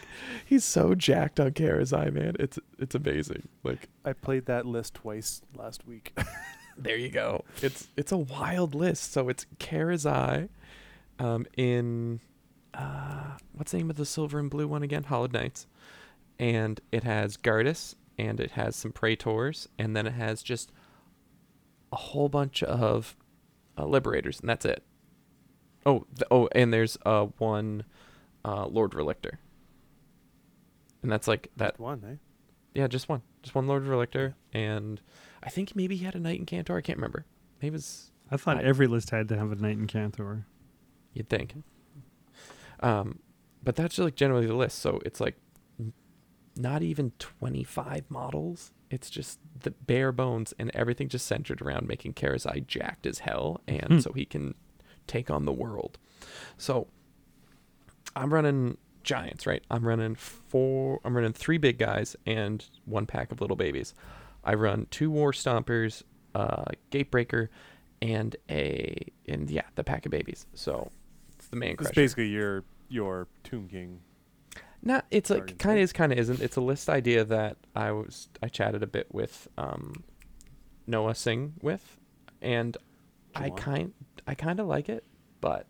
[SPEAKER 1] He's so jacked on Karazai, man. It's it's amazing. Like
[SPEAKER 2] I played that list twice last week.
[SPEAKER 1] there you go. It's it's a wild list. So it's Karazai, um, in uh, what's the name of the silver and blue one again? Hollowed Knights, and it has Gardas, and it has some Praetors, and then it has just a whole bunch of uh, Liberators, and that's it. Oh, th- oh, and there's uh one uh, Lord Relictor, and that's like that
[SPEAKER 2] one, eh?
[SPEAKER 1] yeah, just one. Just one Lord Relictor. And I think maybe he had a Knight in Cantor. I can't remember. Maybe it was,
[SPEAKER 3] I thought every list had to have a knight and cantor.
[SPEAKER 1] you'd think. Um, but that's like generally the list. So it's like n- not even 25 models. It's just the bare bones and everything just centered around making Karazai jacked as hell. And
[SPEAKER 3] Hmm.
[SPEAKER 1] so he can take on the world. So I'm running giants, right? I'm running four. I'm running three big guys and one pack of little babies. I run two war stompers, uh, gatebreaker, and a and yeah, the pack of babies. So it's the man
[SPEAKER 2] It's
[SPEAKER 1] crusher.
[SPEAKER 2] basically your your Tomb King.
[SPEAKER 1] Not. It's like
[SPEAKER 2] Guardian
[SPEAKER 1] kind
[SPEAKER 2] Knight.
[SPEAKER 1] of is, kind of isn't. It's a list idea that I was I chatted a bit with um, Noah Singh with, and I
[SPEAKER 2] Jawan.
[SPEAKER 1] kind I kind of like it, but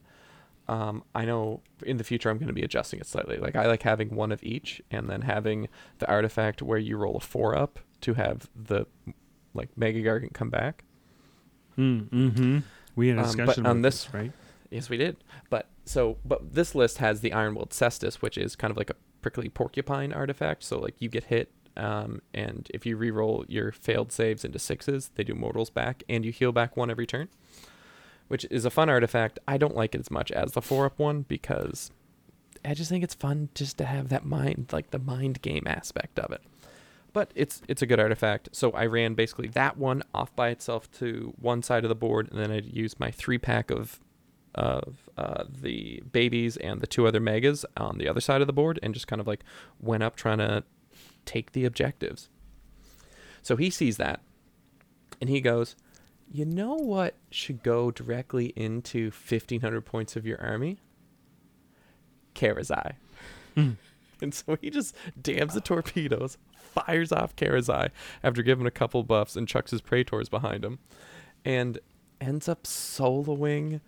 [SPEAKER 1] um, I know in the future I'm going to be adjusting it slightly. Like I like having one of each, and then having the artifact where you roll a four up to have the like Mega Gargant come back.
[SPEAKER 3] Mm, mm-hmm. We had a
[SPEAKER 1] Um, but
[SPEAKER 3] discussion
[SPEAKER 1] on
[SPEAKER 3] about
[SPEAKER 1] this-
[SPEAKER 3] right?
[SPEAKER 1] Yes, we did. But so, but this list has the Ironwold Cestus, which is kind of like a prickly porcupine artifact. So like you get hit, um, and if you reroll your failed saves into sixes, they do mortals back, and you heal back one every turn, which is a fun artifact. I don't like it as much as the four up one because I just think it's fun just to have that mind, like the mind game aspect of it. But it's it's a good artifact. So I ran basically that one off by itself to one side of the board, and then I used my three pack of of uh, the babies and the two other megas on the other side of the board and just kind of like went up trying to take the objectives. So he sees that and he goes, You know what should go directly into 1500 points of your army? Karazai. And so he just dams the torpedoes, fires off Karazai after giving a couple buffs and chucks his praetors behind him and ends up soloing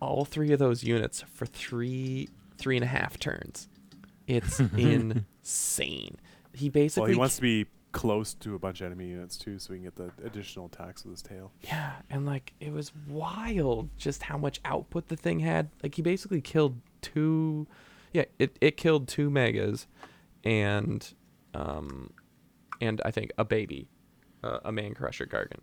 [SPEAKER 1] all three of those units for three three and a half turns. It's insane. He basically
[SPEAKER 2] Well, he wants
[SPEAKER 1] ca-
[SPEAKER 2] to be close to a bunch of enemy units too, so he can get the additional attacks with his tail.
[SPEAKER 1] Yeah, and like it was wild just how much output the thing had. Like he basically killed two yeah, it, it killed two megas and um and I think a baby, uh, a man crusher gargan.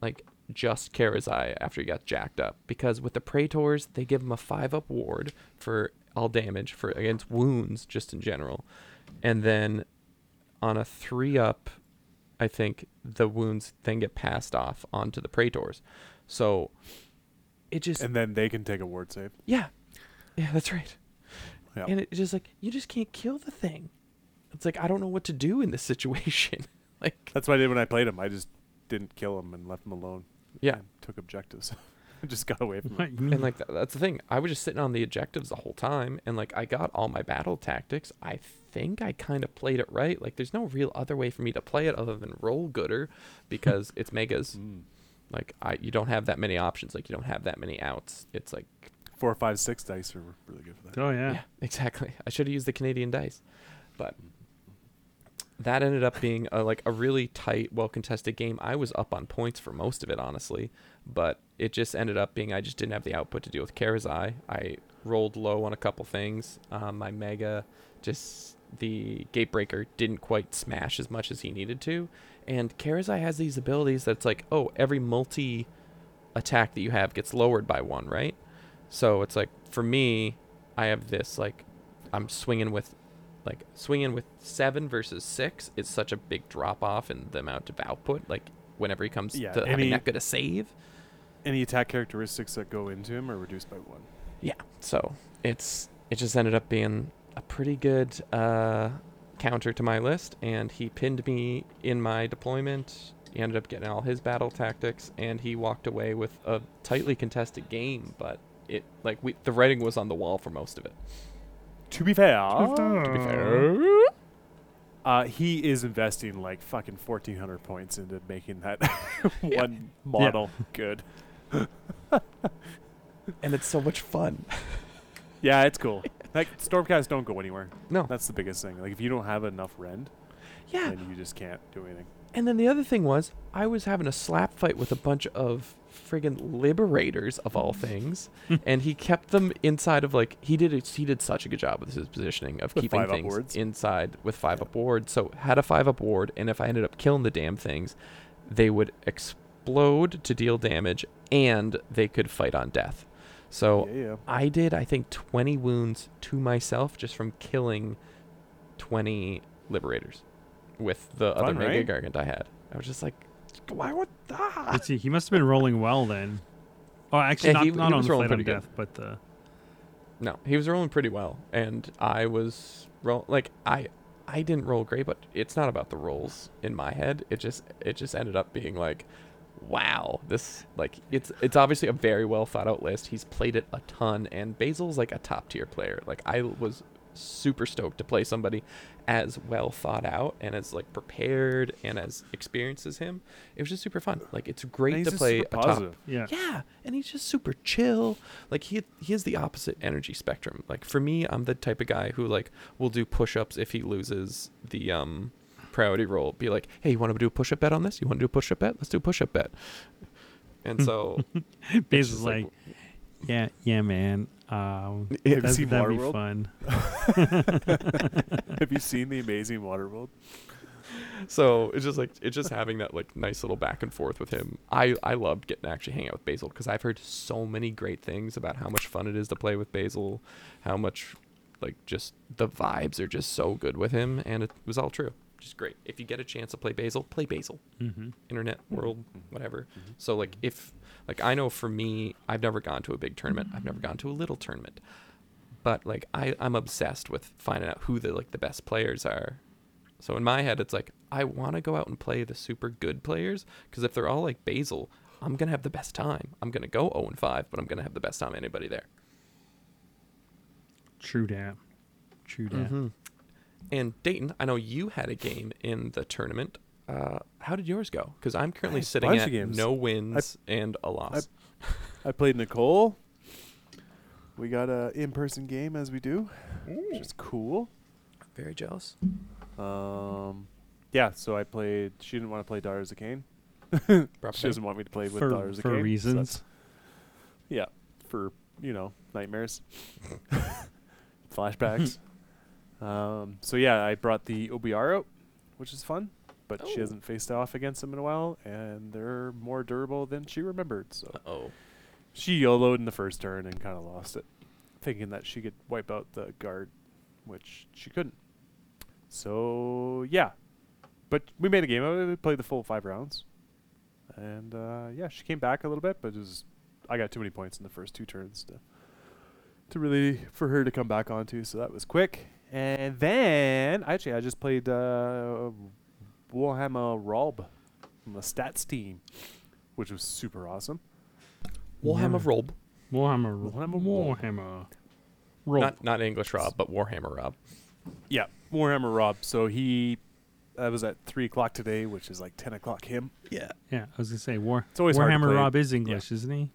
[SPEAKER 1] Like just Karazai after he got jacked up because with the praetors they give him a 5 up ward for all damage for against wounds just in general. And then on a three up, I think the wounds then get passed off onto the praetors. So it just
[SPEAKER 2] And then they can take a ward save.
[SPEAKER 1] yeah, yeah, that's right.
[SPEAKER 2] Yeah.
[SPEAKER 1] And it's just like you just can't kill the thing. It's like I don't know what to do in this situation. like
[SPEAKER 2] That's what I did when I played him. I just didn't kill him and left him alone.
[SPEAKER 1] yeah,
[SPEAKER 2] and took objectives. I just got away from him.
[SPEAKER 3] What you mean?
[SPEAKER 1] and like tha- that's the thing. I was just sitting on the objectives the whole time, and like I got all my battle tactics. I think I kind of played it right. Like there's no real other way for me to play it other than roll gooder, because it's megas.
[SPEAKER 2] Mm.
[SPEAKER 1] Like I, you don't have that many options. Like you don't have that many outs. It's like
[SPEAKER 2] Four, five, six dice are really good for that.
[SPEAKER 3] oh yeah.
[SPEAKER 1] yeah, exactly. I should have used the Canadian dice, but that ended up being a, like a really tight, well contested game. I was up on points for most of it, honestly, but it just ended up being I just didn't have the output to deal with Karazai. I rolled low on a couple things. Um, my mega, just the gatebreaker, didn't quite smash as much as he needed to, and Karazai has these abilities that's like, oh, every multi attack that you have gets lowered by one, right? So it's like for me, I have this like I'm swinging with like swinging with 7 versus 6 is such a big drop off in the amount of output like whenever he comes
[SPEAKER 2] Yeah,
[SPEAKER 1] to having
[SPEAKER 2] any-
[SPEAKER 1] that good a save.
[SPEAKER 2] Any attack characteristics that go into him are reduced by one.
[SPEAKER 1] Yeah. So it's it just ended up being a pretty good uh, counter to my list, and he pinned me in my deployment. He ended up getting all his battle tactics, and he walked away with a tightly contested game. But it like we the writing was on the wall for most of it.
[SPEAKER 2] To be fair,
[SPEAKER 1] To be
[SPEAKER 3] Oh.
[SPEAKER 1] fair,
[SPEAKER 2] uh, he is investing like fucking fourteen hundred points into making that one model good.
[SPEAKER 1] and it's so much fun.
[SPEAKER 2] Yeah, it's cool. Like stormcasts don't go anywhere.
[SPEAKER 1] No,
[SPEAKER 2] That's the biggest thing. Like if you don't have enough rend,
[SPEAKER 1] yeah,
[SPEAKER 2] then you just can't do anything.
[SPEAKER 1] And then the other thing was, I was having a slap fight with a bunch of friggin' liberators of all things, and he kept them inside of like he did. a- He did such a good job with his positioning of
[SPEAKER 2] With
[SPEAKER 1] keeping
[SPEAKER 2] five up
[SPEAKER 1] things
[SPEAKER 2] wards.
[SPEAKER 1] inside with five up ward. So had a five up ward, and if I ended up killing the damn things, they would explode to deal damage, and they could fight on death. So
[SPEAKER 2] Yeah, yeah.
[SPEAKER 1] I did, I think, 20 wounds to myself just from killing 20 liberators with the other
[SPEAKER 2] Fun,
[SPEAKER 1] mega
[SPEAKER 2] right?
[SPEAKER 1] gargant I had. I was just like, why would ah, that?
[SPEAKER 3] Let's see, he must have been rolling well then. Oh, actually,
[SPEAKER 1] Yeah,
[SPEAKER 3] not,
[SPEAKER 1] he-
[SPEAKER 3] not
[SPEAKER 1] he
[SPEAKER 3] on
[SPEAKER 1] was
[SPEAKER 3] the
[SPEAKER 1] rolling
[SPEAKER 3] flight on
[SPEAKER 1] pretty good.
[SPEAKER 3] death, but uh, the
[SPEAKER 1] No, he was rolling pretty well, and I was roll like I I didn't roll great, but it's not about the rolls in my head. It just it just ended up being like, wow, this like it's it's obviously a very well thought out list. He's played it a ton, and Basil's like a top tier player. Like I was super stoked to play somebody as well thought out and as like prepared and as experienced as him. It was just super fun. Like it's
[SPEAKER 2] And
[SPEAKER 1] great
[SPEAKER 2] he's
[SPEAKER 1] to
[SPEAKER 2] just
[SPEAKER 1] play
[SPEAKER 2] super
[SPEAKER 1] a top
[SPEAKER 2] positive.
[SPEAKER 3] yeah.
[SPEAKER 1] yeah, and he's just super chill. Like he he has the opposite energy spectrum. Like for me, I'm the type of guy who like will do push-ups if he loses the um priority roll. Be like, "Hey, you want to do a push-up bet on this? You want to do a push-up bet? Let's do a push-up bet." And so
[SPEAKER 3] Baze
[SPEAKER 1] just
[SPEAKER 3] is
[SPEAKER 1] like-
[SPEAKER 3] like, yeah, yeah, man. Um,
[SPEAKER 2] Have you
[SPEAKER 3] that'd,
[SPEAKER 2] seen
[SPEAKER 3] that'd be
[SPEAKER 2] Waterworld?
[SPEAKER 3] fun.
[SPEAKER 2] have you seen the amazing Waterworld?
[SPEAKER 1] so it's just like it's just having that like nice little back and forth with him. I I loved getting to actually hang out with Basil because I've heard so many great things about how much fun it is to play with Basil, how much like just the vibes are just so good with him, and it was all true. which is great. If you get a chance to play Basil, play Basil.
[SPEAKER 3] Mm-hmm.
[SPEAKER 1] Internet world, whatever. So like if like I know for me, I've never gone to a big tournament. I've never gone to a little tournament. But like I, I'm obsessed with finding out who the like the best players are. So in my head it's like I want to go out and play the super good players because if they're all like Basil, I'm gonna have the best time. I'm gonna go 0 and 5, but I'm gonna have the best time of anybody there.
[SPEAKER 3] True dat. True dat.
[SPEAKER 1] And Dayton, I know you had a game in the tournament. Uh, how did yours go? Because I'm currently
[SPEAKER 2] had a
[SPEAKER 1] sitting
[SPEAKER 2] bunch of
[SPEAKER 1] at
[SPEAKER 2] games.
[SPEAKER 1] no wins and a loss.
[SPEAKER 2] I played Nicole. We got a in-person game as we do, which is cool.
[SPEAKER 1] Very jealous.
[SPEAKER 2] Um, yeah, so I played. She didn't want to play Daughters of Cain. She doesn't want me to play with
[SPEAKER 3] For,
[SPEAKER 2] Daughters of
[SPEAKER 3] for
[SPEAKER 2] Cain. so that's-
[SPEAKER 3] reasons.
[SPEAKER 2] yeah, for you know nightmares, flashbacks. um, so yeah, I brought the OBR out, which is fun, but she
[SPEAKER 1] Oh.
[SPEAKER 2] hasn't faced off against them in a while, and they're more durable than she remembered. So
[SPEAKER 1] Oh,
[SPEAKER 2] she YOLO'd in the first turn and kind of lost it, thinking that she could wipe out the guard, which she couldn't. So yeah, but we made a game of it. We played the full five rounds, and uh, yeah, she came back a little bit, but it was I got too many points in the first two turns to to really for her to come back onto. So that was quick. And then actually, I just played uh, Warhammer Rolb from the stats team, which was super awesome.
[SPEAKER 1] Warhammer
[SPEAKER 3] Yeah.
[SPEAKER 1] Rob.
[SPEAKER 3] Warhammer.
[SPEAKER 2] Warhammer
[SPEAKER 3] Warhammer.
[SPEAKER 2] Roll.
[SPEAKER 3] Warhammer. Roll.
[SPEAKER 1] Not not English Rob, but Warhammer Rob.
[SPEAKER 2] Yeah, Warhammer Rob. So he, I was at three o'clock today, which is like ten o'clock him.
[SPEAKER 1] Yeah.
[SPEAKER 3] yeah, I was gonna say War.
[SPEAKER 2] It's always hard to
[SPEAKER 3] Warhammer
[SPEAKER 2] play.
[SPEAKER 3] Rob is English, isn't he?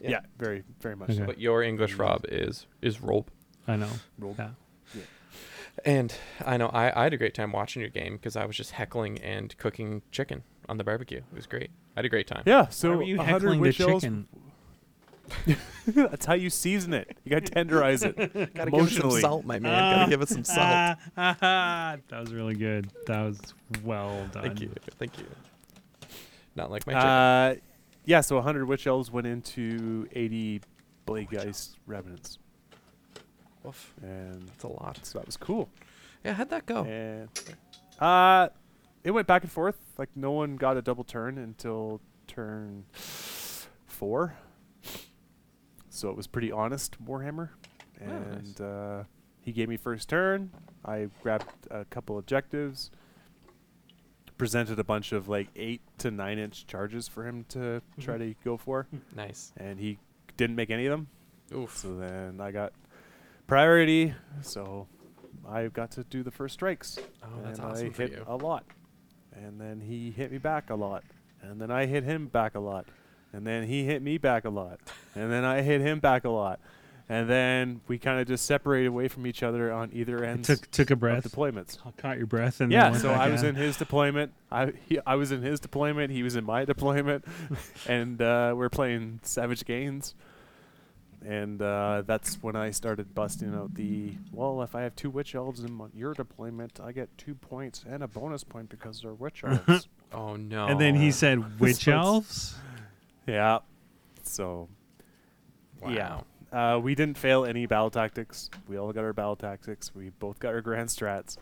[SPEAKER 2] Yeah, very, very much.
[SPEAKER 3] Okay.
[SPEAKER 2] So.
[SPEAKER 1] But your English Rob is is Rob.
[SPEAKER 3] I know.
[SPEAKER 2] Roll.
[SPEAKER 3] Yeah.
[SPEAKER 1] And I know I, I had a great time watching your game because I was just heckling and cooking chicken on the barbecue. It was great. I had a great time.
[SPEAKER 2] Yeah,
[SPEAKER 3] Why
[SPEAKER 2] so
[SPEAKER 3] were you
[SPEAKER 2] a hundred
[SPEAKER 3] heckling the
[SPEAKER 2] witch elves.
[SPEAKER 3] chicken?
[SPEAKER 2] That's how you season it. You got to tenderize it
[SPEAKER 1] Gotta give it some
[SPEAKER 2] emotionally.
[SPEAKER 1] salt, my man. Gotta give it some salt.
[SPEAKER 3] Ah, ah, ah. that was really good. That was well done.
[SPEAKER 1] Thank you. Thank you. Not like my chicken.
[SPEAKER 2] Uh, yeah, so a hundred witch elves went into eighty blade geist revenants,
[SPEAKER 1] Woof.
[SPEAKER 2] and
[SPEAKER 1] That's a lot.
[SPEAKER 2] so that was cool.
[SPEAKER 1] Yeah, how'd that go?
[SPEAKER 2] And uh, it went back and forth. Like no one got a double turn until turn four. So it was pretty honest Warhammer,
[SPEAKER 1] Oh, nice.
[SPEAKER 2] and uh, he gave me first turn. I grabbed a couple objectives, presented a bunch of like eight to nine inch charges for him to
[SPEAKER 1] Mm-hmm.
[SPEAKER 2] try to go for,
[SPEAKER 1] Nice.
[SPEAKER 2] and he didn't make any of them.
[SPEAKER 1] Hmm. Oof.
[SPEAKER 2] So then I got priority, so I got to do the first strikes.
[SPEAKER 1] Oh, that's
[SPEAKER 2] and I
[SPEAKER 1] awesome for
[SPEAKER 2] hit
[SPEAKER 1] you.
[SPEAKER 2] a lot. And then he hit me back a lot. And then I hit him back a lot. And then he hit me back a lot. And then I hit him back a lot. And then we kind of just separated away from each other on either
[SPEAKER 3] I
[SPEAKER 2] end
[SPEAKER 3] took took a
[SPEAKER 2] of
[SPEAKER 3] breath.
[SPEAKER 2] deployments.
[SPEAKER 3] I caught your breath and then
[SPEAKER 2] Yeah,
[SPEAKER 3] went
[SPEAKER 2] so
[SPEAKER 3] back
[SPEAKER 2] I was
[SPEAKER 3] out.
[SPEAKER 2] in his deployment. I he, I was in his deployment. He was in my deployment, and uh, we're playing Savage Gains. And uh, that's when I started busting out the well. If I have two witch elves in my, your deployment, I get two points and a bonus point because they're witch elves.
[SPEAKER 1] Oh no.
[SPEAKER 3] And then he said, "Witch
[SPEAKER 2] So it's-
[SPEAKER 3] elves."
[SPEAKER 2] yeah. So
[SPEAKER 1] wow.
[SPEAKER 2] yeah. uh, we didn't fail any battle tactics. We all got our battle tactics. We both got our grand strats,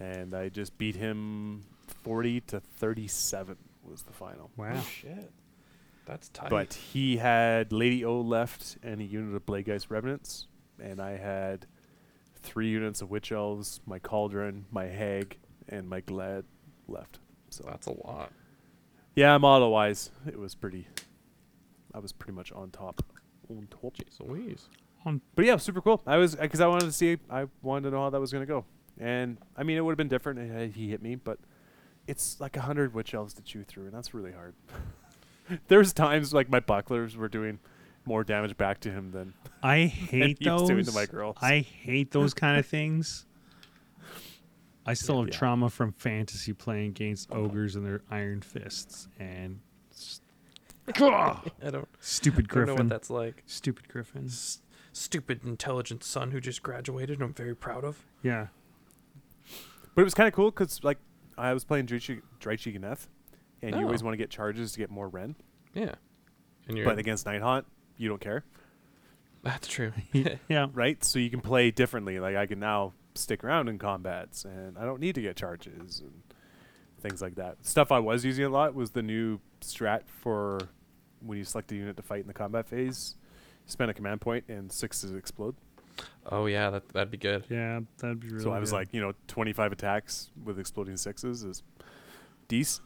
[SPEAKER 2] and I just beat him forty to thirty-seven was the final.
[SPEAKER 3] Wow.
[SPEAKER 1] shit. That's tight.
[SPEAKER 2] But he had Lady O left and a unit of Blade Geist Revenants, and I had three units of Witch Elves, my Cauldron, my Hag, and my Glad left. So
[SPEAKER 1] that's a lot.
[SPEAKER 2] yeah, model wise, it was pretty. I was pretty much on top. On top.
[SPEAKER 1] Jeez Louise.
[SPEAKER 2] But yeah, super cool. I was because I wanted to see. I wanted to know how that was gonna go, and I mean it would have been different had he hit me, but it's like a hundred witch elves to chew through, and that's really hard. There's times like my bucklers were doing more damage back to him than
[SPEAKER 3] I hate
[SPEAKER 2] he was
[SPEAKER 3] those.
[SPEAKER 2] doing to my girls.
[SPEAKER 3] I hate those kind of things. I still have
[SPEAKER 2] Yeah.
[SPEAKER 3] trauma from fantasy playing against ogres and their iron fists and s- Gah!
[SPEAKER 1] I don't,
[SPEAKER 3] stupid
[SPEAKER 1] I don't know
[SPEAKER 3] griffin.
[SPEAKER 1] what that's like.
[SPEAKER 3] Stupid griffin.
[SPEAKER 1] Stupid intelligent son who just graduated. I'm very proud of.
[SPEAKER 3] Yeah.
[SPEAKER 2] But it was kind of cool because like I was playing Draichi Draichi Ganeth, and you always
[SPEAKER 1] Oh.
[SPEAKER 2] want to get charges to get more Ren,
[SPEAKER 1] Yeah. And you're
[SPEAKER 2] but against Night Haunt, you don't care.
[SPEAKER 1] that's true.
[SPEAKER 3] yeah.
[SPEAKER 2] right? So you can play differently. Like I can now stick around in combats, and I don't need to get charges and things like that. Stuff I was using a lot was the new strat for when you select a unit to fight in the combat phase. Spend a command point and sixes explode.
[SPEAKER 1] Oh yeah, that that'd be good.
[SPEAKER 3] Yeah, that'd be really.
[SPEAKER 2] so I was
[SPEAKER 3] good.
[SPEAKER 2] like, you know, 25 attacks with exploding sixes is decent.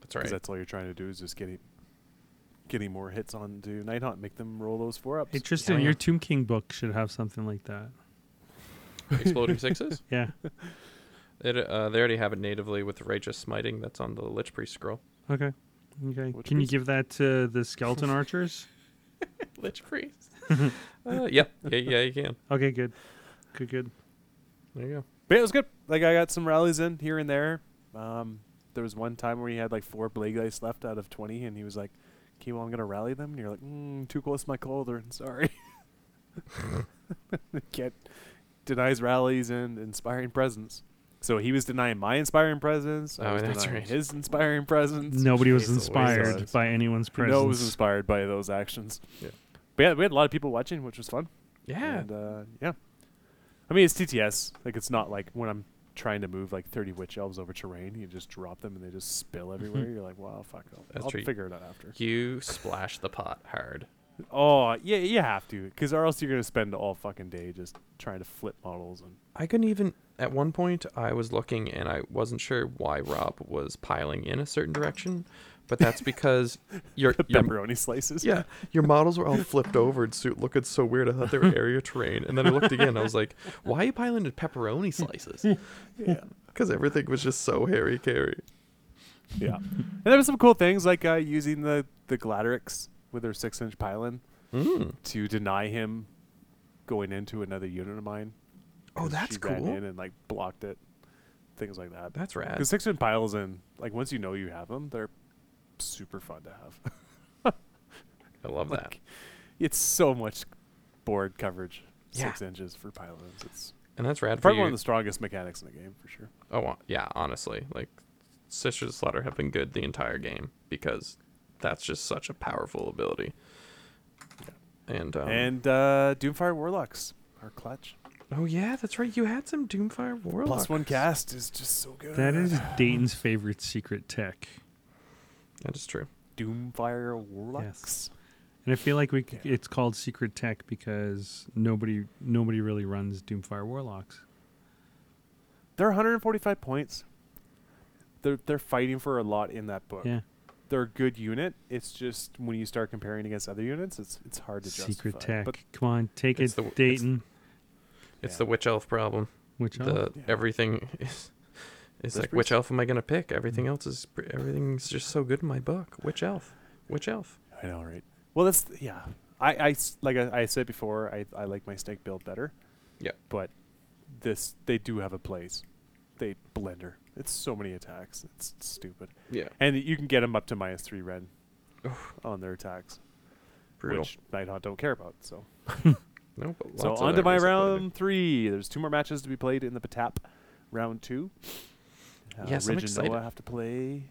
[SPEAKER 1] That's
[SPEAKER 2] Because
[SPEAKER 1] right.
[SPEAKER 2] that's all you're trying to do is just getting getting more hits onto Night Hunt, make them roll those four ups.
[SPEAKER 3] hey Tristan,
[SPEAKER 1] yeah.
[SPEAKER 3] your Tomb King book should have something like that.
[SPEAKER 1] Exploding sixes.
[SPEAKER 3] Yeah.
[SPEAKER 1] It, uh, they already have it natively with righteous smiting. That's on the Lich Priest scroll.
[SPEAKER 3] Okay. Okay.
[SPEAKER 2] Which
[SPEAKER 3] Can you
[SPEAKER 2] means-
[SPEAKER 3] give that to the skeleton archers?
[SPEAKER 1] Lich Priest. uh, yeah, yeah, yeah. You can.
[SPEAKER 3] Okay. Good. Good. Good.
[SPEAKER 1] There you go.
[SPEAKER 2] But yeah, it was good. Like I got some rallies in here and there. Um, there was one time where he had like four blade dice left out of 20, and he was like, "Okay, well, I'm gonna rally them." And you're like, mm, "Too close to my cauldron. Sorry." Can't denies rallies and inspiring presence. So he was denying my inspiring presence. I
[SPEAKER 1] Oh,
[SPEAKER 2] was
[SPEAKER 1] that's
[SPEAKER 2] denying
[SPEAKER 1] right.
[SPEAKER 2] his inspiring presence.
[SPEAKER 3] Nobody was
[SPEAKER 1] Jesus.
[SPEAKER 3] inspired by anyone's presence.
[SPEAKER 2] No, was inspired by those actions.
[SPEAKER 1] Yeah.
[SPEAKER 2] But yeah, we had a lot of people watching, which was fun.
[SPEAKER 1] Yeah.
[SPEAKER 2] And, uh, yeah. I mean, it's TTS. Like, it's not like when I'm trying to move like 30 witch elves over terrain, you just drop them and they just spill everywhere. You're like, wow, fuck. I'll,
[SPEAKER 1] That's
[SPEAKER 2] I'll
[SPEAKER 1] right.
[SPEAKER 2] figure it out after.
[SPEAKER 1] You splash the pot hard.
[SPEAKER 2] Oh, yeah, you have to, because or else you're gonna spend all fucking day just trying to flip models and
[SPEAKER 1] I couldn't even. At one point, I was looking and I wasn't sure why Rob was piling in a certain direction, but that's because your your
[SPEAKER 2] pepperoni slices.
[SPEAKER 1] yeah your models were all flipped over and so, looking so weird. I thought they were area terrain, and then I looked again. I was like, why are you piling in pepperoni slices?
[SPEAKER 2] yeah.
[SPEAKER 1] Because everything was just so hairy, carry.
[SPEAKER 2] yeah. And there were some cool things like uh, using the the Gladerix with her six inch pylon
[SPEAKER 1] Mm.
[SPEAKER 2] to deny him going into another unit of mine.
[SPEAKER 1] Oh,
[SPEAKER 2] 'cause
[SPEAKER 1] that's
[SPEAKER 2] she ran
[SPEAKER 1] cool.
[SPEAKER 2] in and like blocked it, things like that.
[SPEAKER 1] That's rad.
[SPEAKER 2] Because six inch piles in, like once you know you have them, they're super fun to have.
[SPEAKER 1] I love that.
[SPEAKER 2] like, it's so much board coverage.
[SPEAKER 1] Yeah.
[SPEAKER 2] Six inches for pylons. It's
[SPEAKER 1] And that's rad for
[SPEAKER 2] probably
[SPEAKER 1] you.
[SPEAKER 2] one of the strongest mechanics in the game for sure.
[SPEAKER 1] Oh uh, yeah, honestly, like Sisters of Slaughter have been good the entire game because that's just such a powerful ability. And um,
[SPEAKER 2] And uh, Doomfire Warlocks are clutch.
[SPEAKER 1] oh yeah, that's right. You had some Doomfire Warlock.
[SPEAKER 2] Plus one cast is just so good.
[SPEAKER 3] That is Dayton's favorite secret tech.
[SPEAKER 1] That is true.
[SPEAKER 2] Doomfire Warlocks.
[SPEAKER 3] And I feel like we c-
[SPEAKER 2] Yeah.
[SPEAKER 3] it's called secret tech because nobody nobody really runs Doomfire Warlocks.
[SPEAKER 2] They're 145 points. They're they're fighting for a lot in that book.
[SPEAKER 3] Yeah.
[SPEAKER 2] They're a good unit. It's just when you start comparing against other units, it's it's hard to
[SPEAKER 3] Secret
[SPEAKER 2] justify.
[SPEAKER 3] tech.
[SPEAKER 2] But
[SPEAKER 3] Come on, take
[SPEAKER 1] It's
[SPEAKER 3] it,
[SPEAKER 1] the w- it's-
[SPEAKER 3] Dayton.
[SPEAKER 1] It's
[SPEAKER 2] Yeah.
[SPEAKER 1] the witch elf problem.
[SPEAKER 3] Which
[SPEAKER 1] The
[SPEAKER 2] Yeah.
[SPEAKER 1] everything is. It's
[SPEAKER 2] That's
[SPEAKER 1] like
[SPEAKER 2] pretty
[SPEAKER 1] which
[SPEAKER 2] true.
[SPEAKER 1] elf am I gonna pick? Everything else is pre- everything's just so good in my book. Which elf? Which elf?
[SPEAKER 2] I know, right? Well, that's yeah. I, I s- like I, I said before, I, I like my snake build better.
[SPEAKER 1] Yeah.
[SPEAKER 2] But this they do have a place. They blender. It's so many attacks. It's stupid.
[SPEAKER 1] Yeah,
[SPEAKER 2] And you can get them up to minus three red
[SPEAKER 1] Oof.
[SPEAKER 2] on their attacks,
[SPEAKER 1] brutal.
[SPEAKER 2] which Nighthawk don't care about. So
[SPEAKER 1] no, but
[SPEAKER 2] so
[SPEAKER 1] lots of
[SPEAKER 2] on to
[SPEAKER 1] other
[SPEAKER 2] my
[SPEAKER 1] disappointing-
[SPEAKER 2] round three. There's two more matches to be played in the Patap round two. Uh,
[SPEAKER 1] Yes, I'm
[SPEAKER 2] Ridge and Noah
[SPEAKER 1] excited.
[SPEAKER 2] have to play.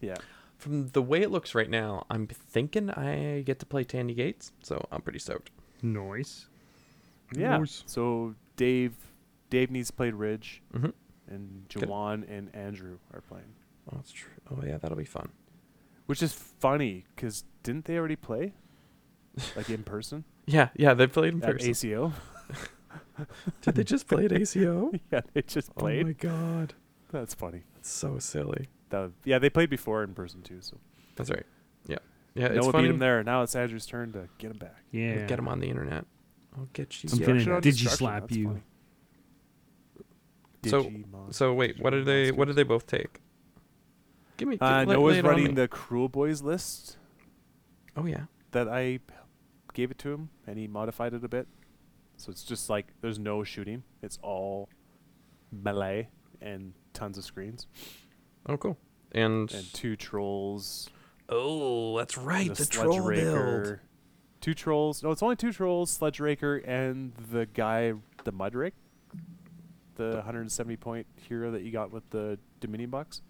[SPEAKER 2] Yeah.
[SPEAKER 1] From the way it looks right now, I'm thinking I get to play Tandy Gates, so I'm pretty stoked.
[SPEAKER 3] noise.
[SPEAKER 2] Yeah.
[SPEAKER 3] Nice.
[SPEAKER 2] So Dave, Dave needs to play Ridge,
[SPEAKER 1] Mm-hmm.
[SPEAKER 2] and
[SPEAKER 1] Good.
[SPEAKER 2] Jawan and Andrew are playing,
[SPEAKER 1] Oh, that's true. Oh yeah, that'll be fun.
[SPEAKER 2] which is funny because didn't they already play, like in person
[SPEAKER 1] Yeah, yeah, they played in
[SPEAKER 2] at
[SPEAKER 1] person.
[SPEAKER 2] ACO?
[SPEAKER 1] Did they just play at ACO?
[SPEAKER 2] yeah, they just
[SPEAKER 1] Oh
[SPEAKER 2] played.
[SPEAKER 1] my god,
[SPEAKER 2] That's funny.
[SPEAKER 1] that's so silly. That's
[SPEAKER 2] That would- yeah, they played before in person too. So
[SPEAKER 1] right. Yeah, yeah, it's
[SPEAKER 2] Noah
[SPEAKER 1] funny.
[SPEAKER 2] beat him there. Now it's Andrew's turn to get him back.
[SPEAKER 1] We'll
[SPEAKER 3] Yeah.
[SPEAKER 1] Get him on the internet. I'll get you.
[SPEAKER 3] I'm
[SPEAKER 1] yeah.
[SPEAKER 3] gonna
[SPEAKER 2] Destruction on
[SPEAKER 3] digi
[SPEAKER 2] destruction,
[SPEAKER 3] slap
[SPEAKER 2] that's
[SPEAKER 3] you.
[SPEAKER 2] funny.
[SPEAKER 1] So-
[SPEAKER 2] Digimon.
[SPEAKER 1] So wait, what did they? What did they both take? Give me.
[SPEAKER 2] uh,
[SPEAKER 1] give- lay- lay
[SPEAKER 2] Noah's
[SPEAKER 1] it on
[SPEAKER 2] running
[SPEAKER 1] me.
[SPEAKER 2] the Cruel Boys list
[SPEAKER 1] Oh yeah.
[SPEAKER 2] that I gave it to him, and he modified it a bit. So it's just like there's no shooting; it's all melee and tons of screens
[SPEAKER 1] Oh cool. And,
[SPEAKER 2] and two trolls.
[SPEAKER 1] oh, that's
[SPEAKER 2] and
[SPEAKER 1] right.
[SPEAKER 2] a sledge raker. Two trolls. No, it's only two trolls: sledge raker and the guy, the mud rake, the 170 point hero that you got with the Dominion box.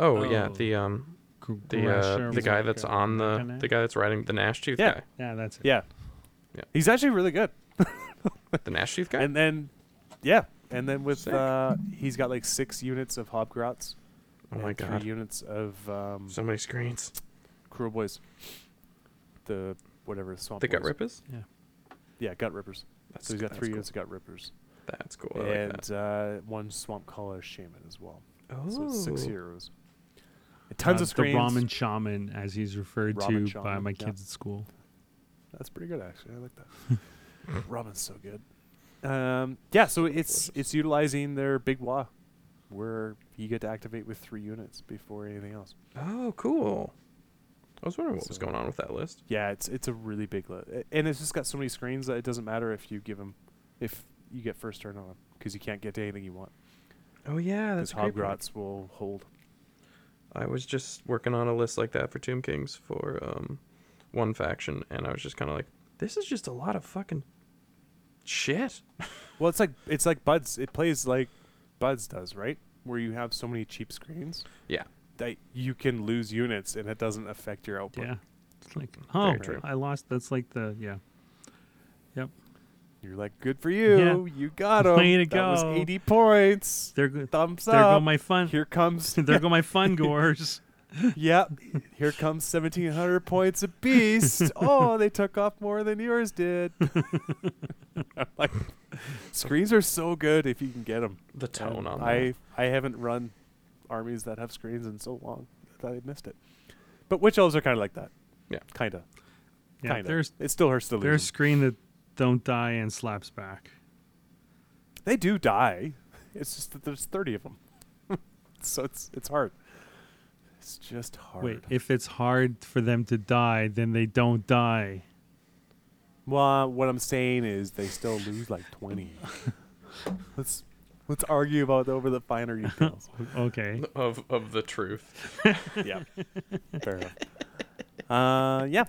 [SPEAKER 1] Oh, yeah,
[SPEAKER 3] Oh.
[SPEAKER 1] the um
[SPEAKER 3] Gr-
[SPEAKER 1] the uh,
[SPEAKER 3] Grasher
[SPEAKER 1] the guy that's
[SPEAKER 3] Warlock,
[SPEAKER 1] on
[SPEAKER 3] uh,
[SPEAKER 1] the
[SPEAKER 3] Mechana-
[SPEAKER 1] the guy that's riding the Nash Chief
[SPEAKER 2] Yeah.
[SPEAKER 1] guy.
[SPEAKER 3] Yeah, that's it.
[SPEAKER 2] Yeah.
[SPEAKER 1] Yeah.
[SPEAKER 2] He's actually really good.
[SPEAKER 1] The Nash Chief guy.
[SPEAKER 2] And then Yeah, and then with
[SPEAKER 1] Sick.
[SPEAKER 2] uh, he's got like six units of Hobgrots.
[SPEAKER 1] Oh my
[SPEAKER 2] and
[SPEAKER 1] god.
[SPEAKER 2] Three units of um,
[SPEAKER 1] So many screens.
[SPEAKER 2] Cruel Boys. The whatever swamp.
[SPEAKER 1] They got
[SPEAKER 2] boys.
[SPEAKER 1] rippers?
[SPEAKER 2] Yeah, gut rippers.
[SPEAKER 1] That's,
[SPEAKER 2] So he's got
[SPEAKER 1] that's
[SPEAKER 2] three
[SPEAKER 1] cool.
[SPEAKER 2] units of gut rippers
[SPEAKER 1] That's cool. I
[SPEAKER 2] and
[SPEAKER 1] like that.
[SPEAKER 2] uh, one swamp collar shaman as well.
[SPEAKER 1] Oh.
[SPEAKER 2] So it's six heroes. And tons
[SPEAKER 3] Uh,
[SPEAKER 2] of screens.
[SPEAKER 3] The ramen shaman, as he's referred
[SPEAKER 2] Ramen
[SPEAKER 3] to by
[SPEAKER 2] shaman,
[SPEAKER 3] my
[SPEAKER 2] yeah.
[SPEAKER 3] kids at school.
[SPEAKER 2] That's pretty good actually. I like that. Ramen's so good. Um, yeah, so it's it's utilizing their big wah, where you get to activate with three units before anything else.
[SPEAKER 1] Oh, cool. I was wondering what was
[SPEAKER 2] So-
[SPEAKER 1] going on with that list.
[SPEAKER 2] Yeah, it's it's a really big list, and it's just got so many screens that it doesn't matter if you give them, if you get first turn on them, because you can't get to anything you want.
[SPEAKER 1] Oh yeah, that's
[SPEAKER 2] Because
[SPEAKER 1] a great point.
[SPEAKER 2] Hobgrots will hold.
[SPEAKER 1] I was just working on a list like that for Tomb Kings for um, one faction, and I was just kind of like, this is just a lot of fucking shit.
[SPEAKER 2] Well, it's like it's like Buds. It plays like Buds does, right? Where you have so many cheap screens
[SPEAKER 1] Yeah.
[SPEAKER 2] that you can lose units and it doesn't affect your output.
[SPEAKER 3] Yeah. It's like, oh,
[SPEAKER 1] true.
[SPEAKER 3] I lost. That's like the, yeah.
[SPEAKER 2] You're like, good for you. You got 'em.
[SPEAKER 3] Way to
[SPEAKER 2] that was
[SPEAKER 3] go.
[SPEAKER 2] 80 points.
[SPEAKER 3] There, go,
[SPEAKER 2] Thumbs
[SPEAKER 3] there go
[SPEAKER 2] up.
[SPEAKER 3] my fun.
[SPEAKER 2] Here comes.
[SPEAKER 3] there go my fun goers.
[SPEAKER 2] yep. Here comes 1,700 points apiece. oh, they took off more than yours did. I'm like, screens are so good if you can get them.
[SPEAKER 1] The tone on
[SPEAKER 2] I I haven't run armies that have screens in so long that I missed it. But witch elves are kind of like that.
[SPEAKER 1] Yeah.
[SPEAKER 2] kind of.
[SPEAKER 3] Yeah,
[SPEAKER 2] kind of.
[SPEAKER 3] there's
[SPEAKER 2] It still hurts to lose.
[SPEAKER 3] there's
[SPEAKER 2] 'em.
[SPEAKER 3] screen that don't die and slaps back.
[SPEAKER 2] They do die. It's just that there's 30 of them, so it's it's hard. It's just hard.
[SPEAKER 3] Wait, if it's hard for them to die, then they don't die.
[SPEAKER 2] Well, uh, what I'm saying is they still lose like 20. let's let's argue about over the finer details.
[SPEAKER 3] Okay.
[SPEAKER 1] that. Of, of the truth.
[SPEAKER 2] yeah. Fair enough. Uh, yeah.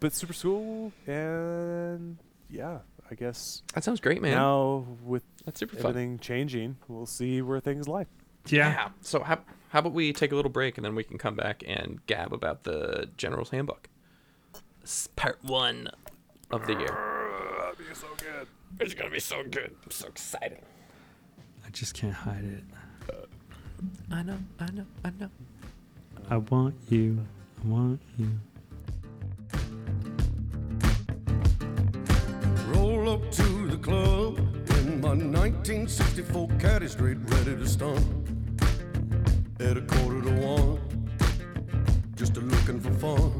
[SPEAKER 2] But super cool and yeah, I guess
[SPEAKER 1] That sounds great, man.
[SPEAKER 2] now with
[SPEAKER 1] That's super fun.
[SPEAKER 2] everything changing, we'll see where things lie.
[SPEAKER 3] Yeah.
[SPEAKER 1] Yeah. So how how about we take a little break and then we can come back and gab about the General's Handbook, It's part one of the year. It's gonna be so good. I'm so excited.
[SPEAKER 3] I just can't hide it.
[SPEAKER 1] I know. I know. I know.
[SPEAKER 3] I want you. I want you.
[SPEAKER 5] Roll up to the club in my 1964 caddy straight, ready to stomp. At a quarter to one, just a looking for fun.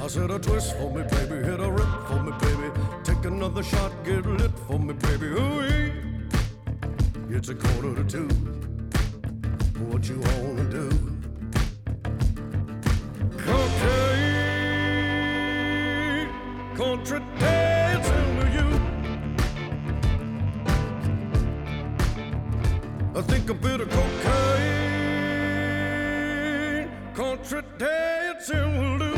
[SPEAKER 5] I said a twist for me, baby, hit a rip for me, baby, take another shot, get lit for me, baby. Ooh, yeah. it's a quarter to two. What you wanna do? Cocaine country dancing with you. I think a bit of cocaine, country dancing will do.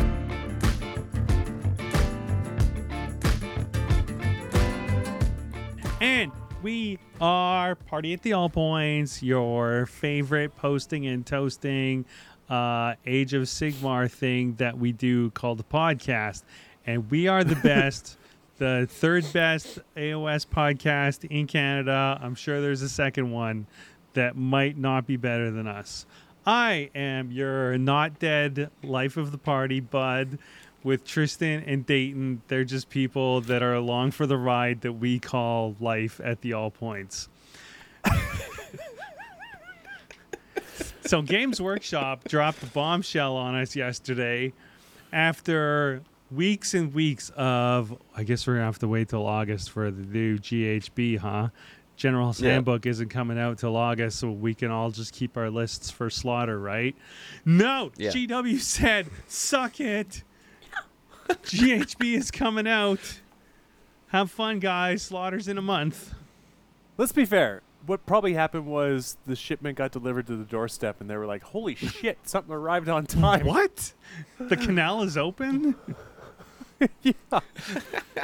[SPEAKER 3] And we are Party at the All Points, your favorite posting and toasting uh, Age of Sigmar thing that we do called the podcast. And we are the best, the third best AOS podcast in Canada. I'm sure there's a second one that might not be better than us. I am your not dead life of the party, bud. With Tristan and Dayton, they're just people that are along for the ride that we call life at the all points. so, Games Workshop dropped a bombshell on us yesterday after weeks and weeks of, I guess we're going to have to wait till August for the new GHB, huh? General's
[SPEAKER 1] Yeah.
[SPEAKER 3] Handbook isn't coming out till August, so we can all just keep our lists for slaughter, right? No,
[SPEAKER 1] Yeah.
[SPEAKER 3] GW said, suck it. GHB is coming out. Have fun, guys. Slaughter's in a month.
[SPEAKER 2] Let's be fair. What probably happened was the shipment got delivered to the doorstep, and they were like, "Holy shit, something arrived on time."
[SPEAKER 3] What? The canal is open?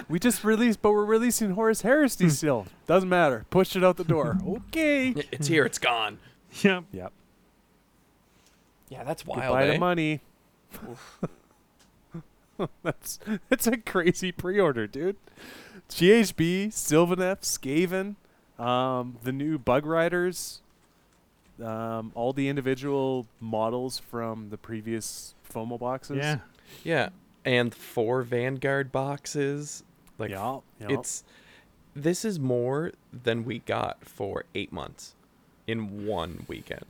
[SPEAKER 2] We just released, but we're releasing Horace
[SPEAKER 1] Hmm.
[SPEAKER 2] Heresy still. Doesn't matter. Push it out the door. okay.
[SPEAKER 1] It's here. It's gone.
[SPEAKER 3] Yep.
[SPEAKER 2] Yep.
[SPEAKER 1] Yeah, that's wild.
[SPEAKER 2] Goodbye
[SPEAKER 1] eh?
[SPEAKER 2] to money. that's that's a crazy pre-order, dude. GHB, Sylvanef, Skaven, um, the new Bug Riders, um, all the individual models from the previous FOMO boxes.
[SPEAKER 3] Yeah.
[SPEAKER 1] Yeah, and four Vanguard boxes. Like
[SPEAKER 2] yeah, yeah.
[SPEAKER 1] it's this is more than we got for eight months in one weekend.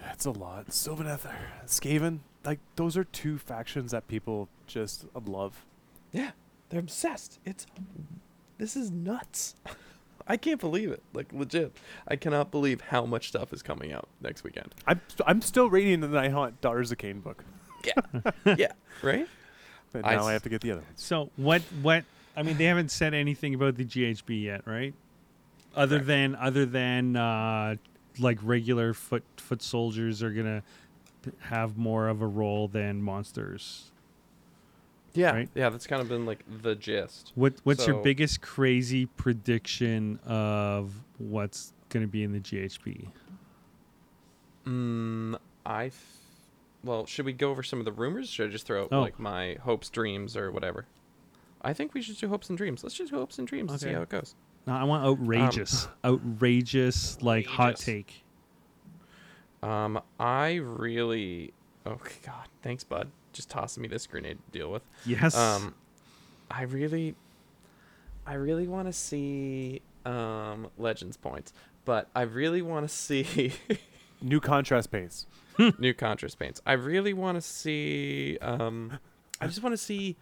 [SPEAKER 2] That's a lot. Sylvaneth, Skaven, like those are two factions that people just love.
[SPEAKER 1] Yeah, they're obsessed. It's this is nuts. I can't believe it. Like legit, I cannot believe how much stuff is coming out next weekend.
[SPEAKER 2] I'm st- I'm still reading the Night Haunt Daughters of Cain book,
[SPEAKER 1] Yeah, yeah, right.
[SPEAKER 2] but
[SPEAKER 1] I
[SPEAKER 2] now I
[SPEAKER 1] s-
[SPEAKER 2] have to get the other ones.
[SPEAKER 3] So what? What? I mean, they haven't said anything about the GHB yet, right? Other
[SPEAKER 1] Correct.
[SPEAKER 3] than other than uh, like regular foot foot soldiers are gonna p- have more of a role than monsters.
[SPEAKER 1] Yeah,
[SPEAKER 3] Right?
[SPEAKER 1] yeah. That's kind of been like the gist.
[SPEAKER 3] What What's
[SPEAKER 1] So-
[SPEAKER 3] your biggest crazy prediction of what's gonna be in the GHB?
[SPEAKER 1] Mm, I. F- well, should we go over some of the rumors? Should I just throw out
[SPEAKER 3] Oh.
[SPEAKER 1] like my hopes, dreams, or whatever? I think we should do hopes and dreams. Let's just do hopes and dreams and see
[SPEAKER 3] Okay.
[SPEAKER 1] how it goes.
[SPEAKER 3] No, I want outrageous, outrageous like hot
[SPEAKER 1] Um, Outrageous.
[SPEAKER 3] take.
[SPEAKER 1] Um, I really. Oh God, thanks, bud. Just tossing me this grenade to deal with.
[SPEAKER 3] Yes.
[SPEAKER 1] Um, I really, I really want to see um Legends points, but I really want to see
[SPEAKER 2] New contrast paints.
[SPEAKER 1] new contrast paints. I really want to see. Um, I just want to see.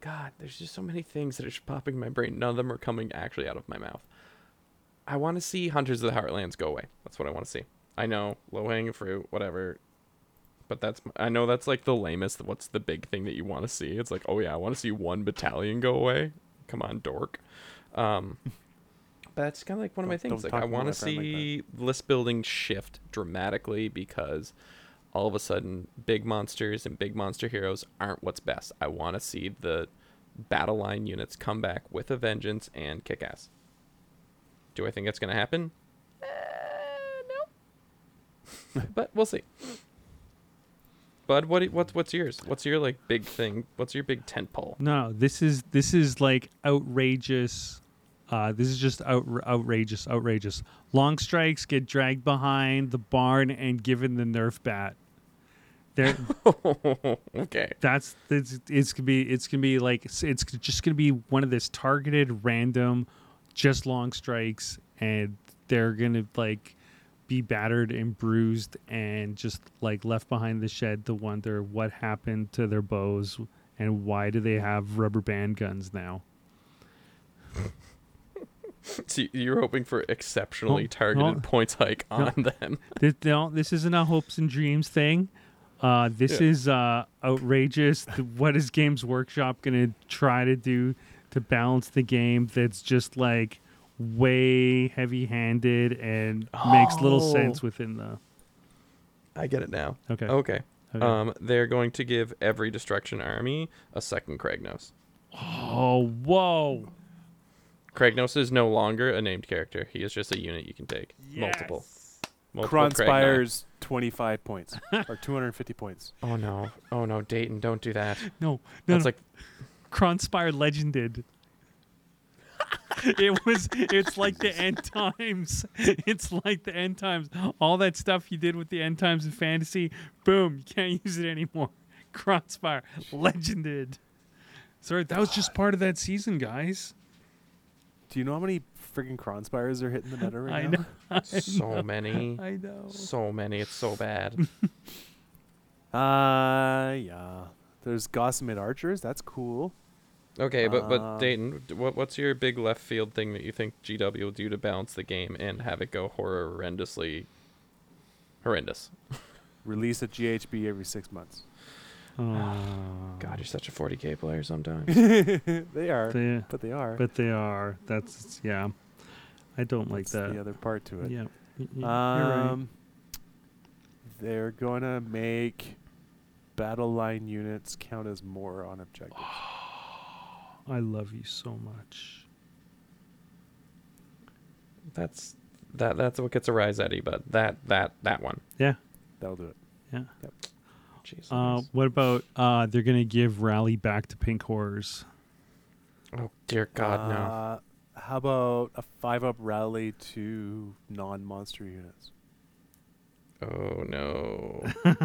[SPEAKER 1] God, there's just so many things that are just popping in my brain. None of them are coming actually out of my mouth. I want to see Hunters of the Heartlands go away. That's what I want to see. I know low hanging fruit, whatever. But that's I know that's like the lamest. What's the big thing that you want to see? It's like, oh yeah, I want to see one battalion go away. Come on, dork. Um, but that's kind of like one of my
[SPEAKER 2] Don't-
[SPEAKER 1] things.
[SPEAKER 2] don't
[SPEAKER 1] Like I
[SPEAKER 2] talk to my
[SPEAKER 1] want to
[SPEAKER 2] friend like that.
[SPEAKER 1] see list building shift dramatically because all of a sudden big monsters and big monster heroes aren't what's best. I want to see the battle line units come back with a vengeance and kick ass. Do I think that's going to happen? Uh, no. but we'll see. Bud, what what's what's yours? What's your like big thing? What's your big tent pole?
[SPEAKER 3] No, this is this is like outrageous. Uh, this is just out, outrageous, outrageous. Long strikes get dragged behind the barn and given the Nerf bat. There,
[SPEAKER 1] okay.
[SPEAKER 3] that's it's, it's gonna be it's gonna be like it's, it's just gonna be one of this targeted random, just long strikes, and they're gonna like be battered and bruised and just like left behind the shed to wonder what happened to their bows and why do they have rubber band guns now.
[SPEAKER 1] So you're hoping for exceptionally
[SPEAKER 3] No,
[SPEAKER 1] targeted
[SPEAKER 3] no.
[SPEAKER 1] points hike on them.
[SPEAKER 3] this, no, this isn't a hopes and dreams thing. Uh, this
[SPEAKER 1] Yeah.
[SPEAKER 3] is uh, outrageous. th- what is Games Workshop going to try to do to balance the game that's just like way heavy handed and makes little
[SPEAKER 1] Oh.
[SPEAKER 3] sense within the.
[SPEAKER 1] I get it now.
[SPEAKER 3] Okay.
[SPEAKER 1] Okay.
[SPEAKER 3] Okay.
[SPEAKER 1] Um, they're going to give every destruction army a second Kragnos.
[SPEAKER 3] Oh, whoa.
[SPEAKER 1] Kragnos is no longer a named character. He is just a unit you can take. Multiple. Multiple Kragni.
[SPEAKER 2] Cronspires, 25 points or 250 points.
[SPEAKER 1] Oh no. Oh no, Dayton, don't do that.
[SPEAKER 3] No, no,
[SPEAKER 1] That's
[SPEAKER 3] no.
[SPEAKER 1] like
[SPEAKER 3] Cronspire legended. it was it's like the end times. It's like the end times. All that stuff you did with the end times in fantasy, boom, you can't use it anymore. Cronspire legended. Sorry, that was just part of that season, guys.
[SPEAKER 2] Do you know how many freaking Cronspires are hitting the meta right
[SPEAKER 3] I
[SPEAKER 2] now?
[SPEAKER 3] know.
[SPEAKER 1] so many.
[SPEAKER 3] I know.
[SPEAKER 1] So many. It's so bad.
[SPEAKER 2] Uh, yeah. There's Gossamet Archers. That's cool.
[SPEAKER 1] Okay, but but
[SPEAKER 3] Uh,
[SPEAKER 2] Um,
[SPEAKER 1] Dayton, d- what what's your big left field thing that you think GW will do to balance the game and have it go horrendously horrendous?
[SPEAKER 2] Release a GHB every six months.
[SPEAKER 3] Oh,
[SPEAKER 1] God, you're such a 40k player sometimes.
[SPEAKER 2] They are,
[SPEAKER 3] They-
[SPEAKER 2] but they are.
[SPEAKER 3] but they are. That's yeah. I don't like
[SPEAKER 2] That's
[SPEAKER 3] that.
[SPEAKER 2] the other part to it.
[SPEAKER 3] Yeah. Y- y- you're right.
[SPEAKER 2] Um, they're gonna make battle line units count as more on objective.
[SPEAKER 3] I love you so much.
[SPEAKER 1] That's that. That's what gets a rise out of you, but that that that one.
[SPEAKER 3] Yeah.
[SPEAKER 2] That'll do it.
[SPEAKER 3] Yeah.
[SPEAKER 2] Yep.
[SPEAKER 1] Jesus.
[SPEAKER 3] Uh, what about uh, they're gonna give Rally back to Pink Horrors?
[SPEAKER 1] oh dear God, no.
[SPEAKER 2] Uh, How about a five up rally to non monster units?
[SPEAKER 1] Oh no.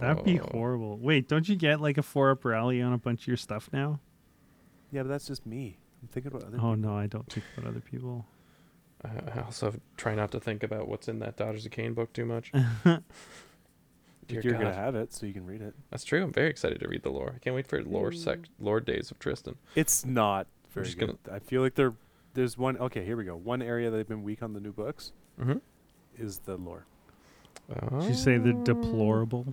[SPEAKER 3] That'd be
[SPEAKER 1] Oh.
[SPEAKER 3] horrible. Wait, don't you get like a four up rally on a bunch of your stuff now?
[SPEAKER 2] Yeah, but that's just me. I'm thinking about other
[SPEAKER 3] Oh no, I don't think about other people.
[SPEAKER 1] I I also try not to think about what's in that Dodgers of Kane book too much. Dear
[SPEAKER 2] people. You're
[SPEAKER 1] God.
[SPEAKER 2] gonna have it, so you can read it.
[SPEAKER 1] That's true. I'm very excited to read the lore. I can't wait for lore sec lore days of Tristan.
[SPEAKER 2] It's not very
[SPEAKER 1] just
[SPEAKER 2] good. I feel like there, there's one. Okay, here we go. One area they've been weak on the new books
[SPEAKER 1] Mm-hmm.
[SPEAKER 2] is the lore.
[SPEAKER 1] Uh-huh.
[SPEAKER 3] Did you say they're deplorable?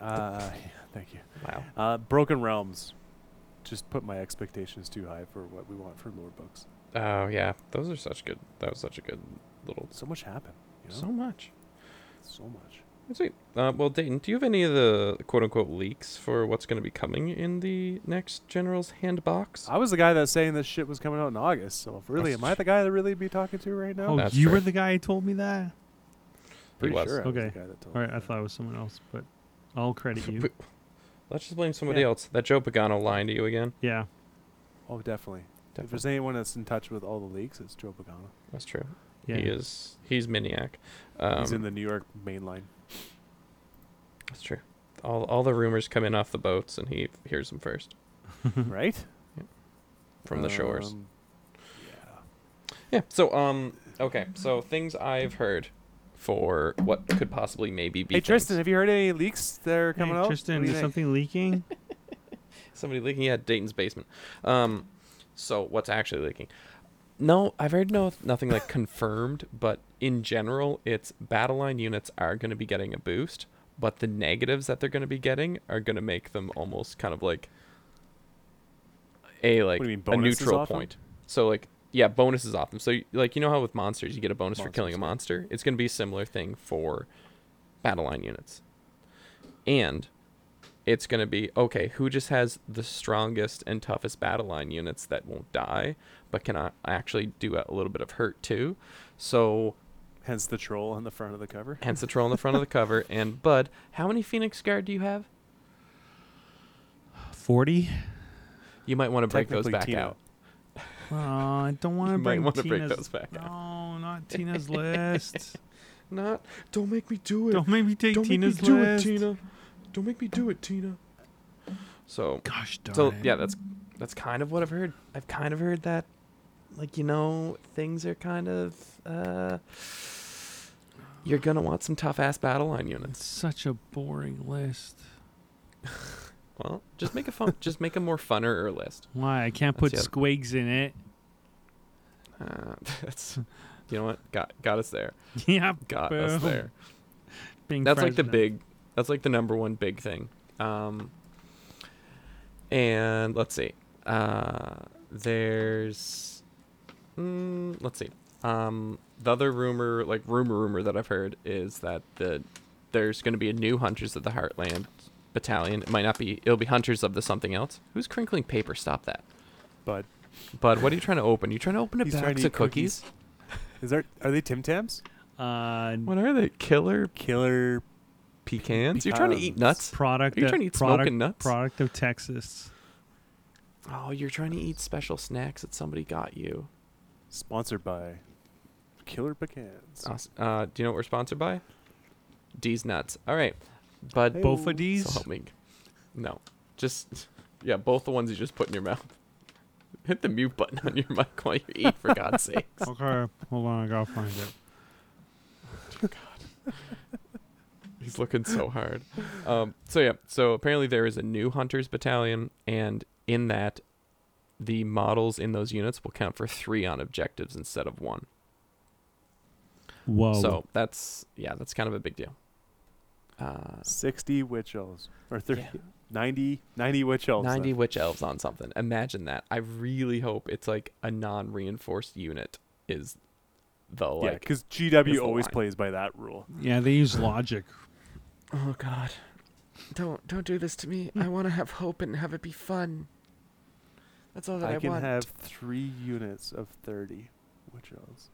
[SPEAKER 2] Uh, yeah, thank you.
[SPEAKER 1] Wow.
[SPEAKER 2] Uh, Broken Realms. Just put my expectations too high for what we want for lore books.
[SPEAKER 1] Oh yeah, those are such good. That was such a good little.
[SPEAKER 2] So much happened. You know?
[SPEAKER 1] So much.
[SPEAKER 2] so much.
[SPEAKER 1] Sweet. Uh, well, Dayton, do you have any of the quote unquote leaks for what's going to be coming in the next General's Handbox?
[SPEAKER 2] I was the guy that's saying this shit was coming out in August. So if really,
[SPEAKER 1] That's
[SPEAKER 2] am I the guy that really be talking to right now?
[SPEAKER 3] Oh,
[SPEAKER 1] That's
[SPEAKER 3] you
[SPEAKER 1] fair.
[SPEAKER 3] were the guy who told me that.
[SPEAKER 2] Pretty
[SPEAKER 1] was.
[SPEAKER 2] sure. I was the
[SPEAKER 3] Okay.
[SPEAKER 2] guy that told
[SPEAKER 3] All right,
[SPEAKER 2] you
[SPEAKER 3] I
[SPEAKER 2] that.
[SPEAKER 3] thought it was someone else, but I'll credit you.
[SPEAKER 1] Wait. Let's just blame somebody
[SPEAKER 2] Yeah.
[SPEAKER 1] else. That Joe Pagano lying to you again.
[SPEAKER 3] Yeah,
[SPEAKER 2] Oh, definitely. If
[SPEAKER 1] Definitely.
[SPEAKER 2] there's anyone that's in touch with all the leaks, it's Joe Pagano.
[SPEAKER 1] That's true.
[SPEAKER 3] yeah.
[SPEAKER 1] He is. He's Miniac. Um,
[SPEAKER 2] He's in the New York mainline.
[SPEAKER 1] That's true. All all the rumors come in off the boats, and he hears them first
[SPEAKER 2] right?
[SPEAKER 1] from the shores.
[SPEAKER 2] Um, yeah.
[SPEAKER 1] Yeah. So um. Okay. So things I've heard for what could possibly maybe be.
[SPEAKER 2] Hey Tristan,
[SPEAKER 1] things.
[SPEAKER 2] have you heard any leaks that are coming
[SPEAKER 3] hey,
[SPEAKER 2] out? What
[SPEAKER 3] Tristan,
[SPEAKER 2] do
[SPEAKER 3] is
[SPEAKER 2] you think?
[SPEAKER 3] something leaking?
[SPEAKER 1] Somebody leaking at Dayton's basement. Um, so what's actually leaking? No, I've heard no nothing like confirmed, but in general, it's battle line units are going to be getting a boost, but the negatives that they're going to be getting are going to make them almost kind of like a like
[SPEAKER 2] do you mean,
[SPEAKER 1] a
[SPEAKER 2] bonuses
[SPEAKER 1] neutral
[SPEAKER 2] off them?
[SPEAKER 1] point. So like yeah, bonuses off them. So y- like you know how with monsters you get a bonus for killing a
[SPEAKER 2] Monsters,
[SPEAKER 1] monster. It's going to be a similar thing for battle line units, and it's going to be okay, who just has the strongest and toughest battle line units that won't die, but can a- actually do a little bit of hurt too. So,
[SPEAKER 2] Hence the troll on the front of the cover.
[SPEAKER 1] hence the troll in the front of the cover. And, Bud, how many Phoenix Guard do you have?
[SPEAKER 3] Forty.
[SPEAKER 1] You might want to break those
[SPEAKER 2] Technically,
[SPEAKER 1] back
[SPEAKER 2] Tina.
[SPEAKER 1] out.
[SPEAKER 3] Oh, I don't want to
[SPEAKER 1] You might
[SPEAKER 3] bring
[SPEAKER 1] wanna break
[SPEAKER 3] Tina's.
[SPEAKER 1] those back out.
[SPEAKER 3] no, not Tina's list.
[SPEAKER 1] Not. Don't make me do it.
[SPEAKER 3] Don't make me take
[SPEAKER 1] Don't
[SPEAKER 3] Tina's
[SPEAKER 1] make me
[SPEAKER 3] list.
[SPEAKER 1] do it, Tina. Don't make me do it, Tina. So,
[SPEAKER 3] Gosh darn.
[SPEAKER 1] so
[SPEAKER 3] it.
[SPEAKER 1] yeah, that's that's kind of what I've heard. I've kind of heard that, like you know, things are kind of. uh You're gonna want some tough ass battle line units.
[SPEAKER 3] It's such a boring list.
[SPEAKER 1] Well, just make a fun, just make a more funner list.
[SPEAKER 3] Why I can't
[SPEAKER 1] That's
[SPEAKER 3] put
[SPEAKER 1] the other-
[SPEAKER 3] squigs in it?
[SPEAKER 1] Uh, that's, you know what, got got us there,
[SPEAKER 3] yeah,
[SPEAKER 1] got us
[SPEAKER 3] Boom.
[SPEAKER 1] there.
[SPEAKER 3] being
[SPEAKER 1] That's like the
[SPEAKER 3] Fresno.
[SPEAKER 1] big, that's like the number one big thing. Um, and let's see, uh, there's, mm, let's see, um, the other rumor, like rumor rumor that I've heard is that the there's going to be a new Hunters of the Heartland battalion. It might not be, it'll be Hunters of the something else. Who's crinkling paper? Stop that.
[SPEAKER 2] Bud,
[SPEAKER 1] Bud, what are you trying to open? You trying to open a
[SPEAKER 2] He's trying to
[SPEAKER 1] box
[SPEAKER 2] eat
[SPEAKER 1] of cookies?
[SPEAKER 2] is there are they Tim Tams?
[SPEAKER 3] Uh,
[SPEAKER 1] What are they? Killer
[SPEAKER 2] Killer.
[SPEAKER 1] pecans? You're trying to eat nuts?
[SPEAKER 3] product.
[SPEAKER 1] Are you
[SPEAKER 3] of-
[SPEAKER 1] trying to eat smoke
[SPEAKER 3] product,
[SPEAKER 1] and nuts?
[SPEAKER 3] Product of Texas.
[SPEAKER 1] Oh, you're trying to eat special snacks that somebody got you.
[SPEAKER 2] Sponsored by Killer Pecans.
[SPEAKER 1] Awes- Uh, do you know what we're sponsored by? D's Nuts. All right. Bud,
[SPEAKER 2] Hey,
[SPEAKER 1] both.
[SPEAKER 3] Both
[SPEAKER 2] So
[SPEAKER 3] of these.
[SPEAKER 1] So help me. No. Just, yeah, both the ones you just put in your mouth. Hit the mute button on your mic while you eat, for God's sakes.
[SPEAKER 3] okay, hold on, I gotta find it.
[SPEAKER 1] He's looking so hard. Um, so yeah, so apparently there is a new hunters battalion, and in that, the models in those units will count for three on objectives instead of one.
[SPEAKER 3] Whoa.
[SPEAKER 1] So that's yeah, that's kind of a big deal. Uh,
[SPEAKER 2] 60 witch elves or 30
[SPEAKER 1] Yeah.
[SPEAKER 2] 90 90 witch elves. then.
[SPEAKER 1] Ninety witch elves on something. Imagine that. I really hope it's like a non-reinforced unit is the
[SPEAKER 2] Yeah,
[SPEAKER 1] like.
[SPEAKER 2] because
[SPEAKER 1] is
[SPEAKER 2] GW
[SPEAKER 1] the
[SPEAKER 2] always
[SPEAKER 1] line.
[SPEAKER 2] plays by that rule.
[SPEAKER 3] yeah, they use logic.
[SPEAKER 1] oh God, don't don't do this to me. I want to have hope and have it be fun. That's all
[SPEAKER 2] I can have three units of 30 witch elves.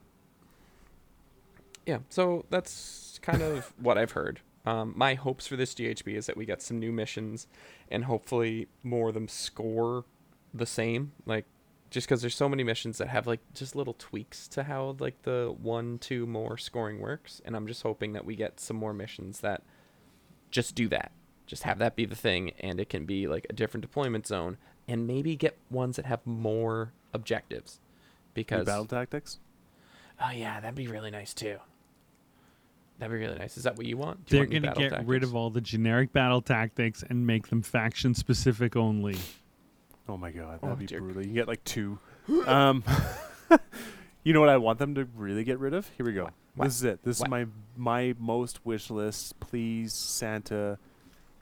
[SPEAKER 1] yeah so that's kind of what i've heard Um, my hopes for this GHB is that we get some new missions and hopefully more of them score the same. Like, just because there's so many missions that have like just little tweaks to how like the one, two more scoring works. And I'm just hoping that we get some more missions that just do that. Just have that be the thing, and it can be like a different deployment zone, and maybe get ones that have more objectives.
[SPEAKER 2] New
[SPEAKER 1] Because
[SPEAKER 2] battle tactics.
[SPEAKER 1] oh yeah, that'd be really nice too. That'd be really nice. Is that what you want? Do you
[SPEAKER 3] They're
[SPEAKER 1] want new
[SPEAKER 3] going to
[SPEAKER 1] battle
[SPEAKER 3] get rid
[SPEAKER 1] tactics?
[SPEAKER 3] of all the generic battle tactics and make them faction specific only.
[SPEAKER 2] Oh my god,
[SPEAKER 1] Oh,
[SPEAKER 2] that'd be
[SPEAKER 1] dear.
[SPEAKER 2] brutal. You can get like two. um, you know what I want them to really get rid of? Here we go.
[SPEAKER 1] What?
[SPEAKER 2] This is it. This is
[SPEAKER 1] What?
[SPEAKER 2] my my most wish list. Please, Santa,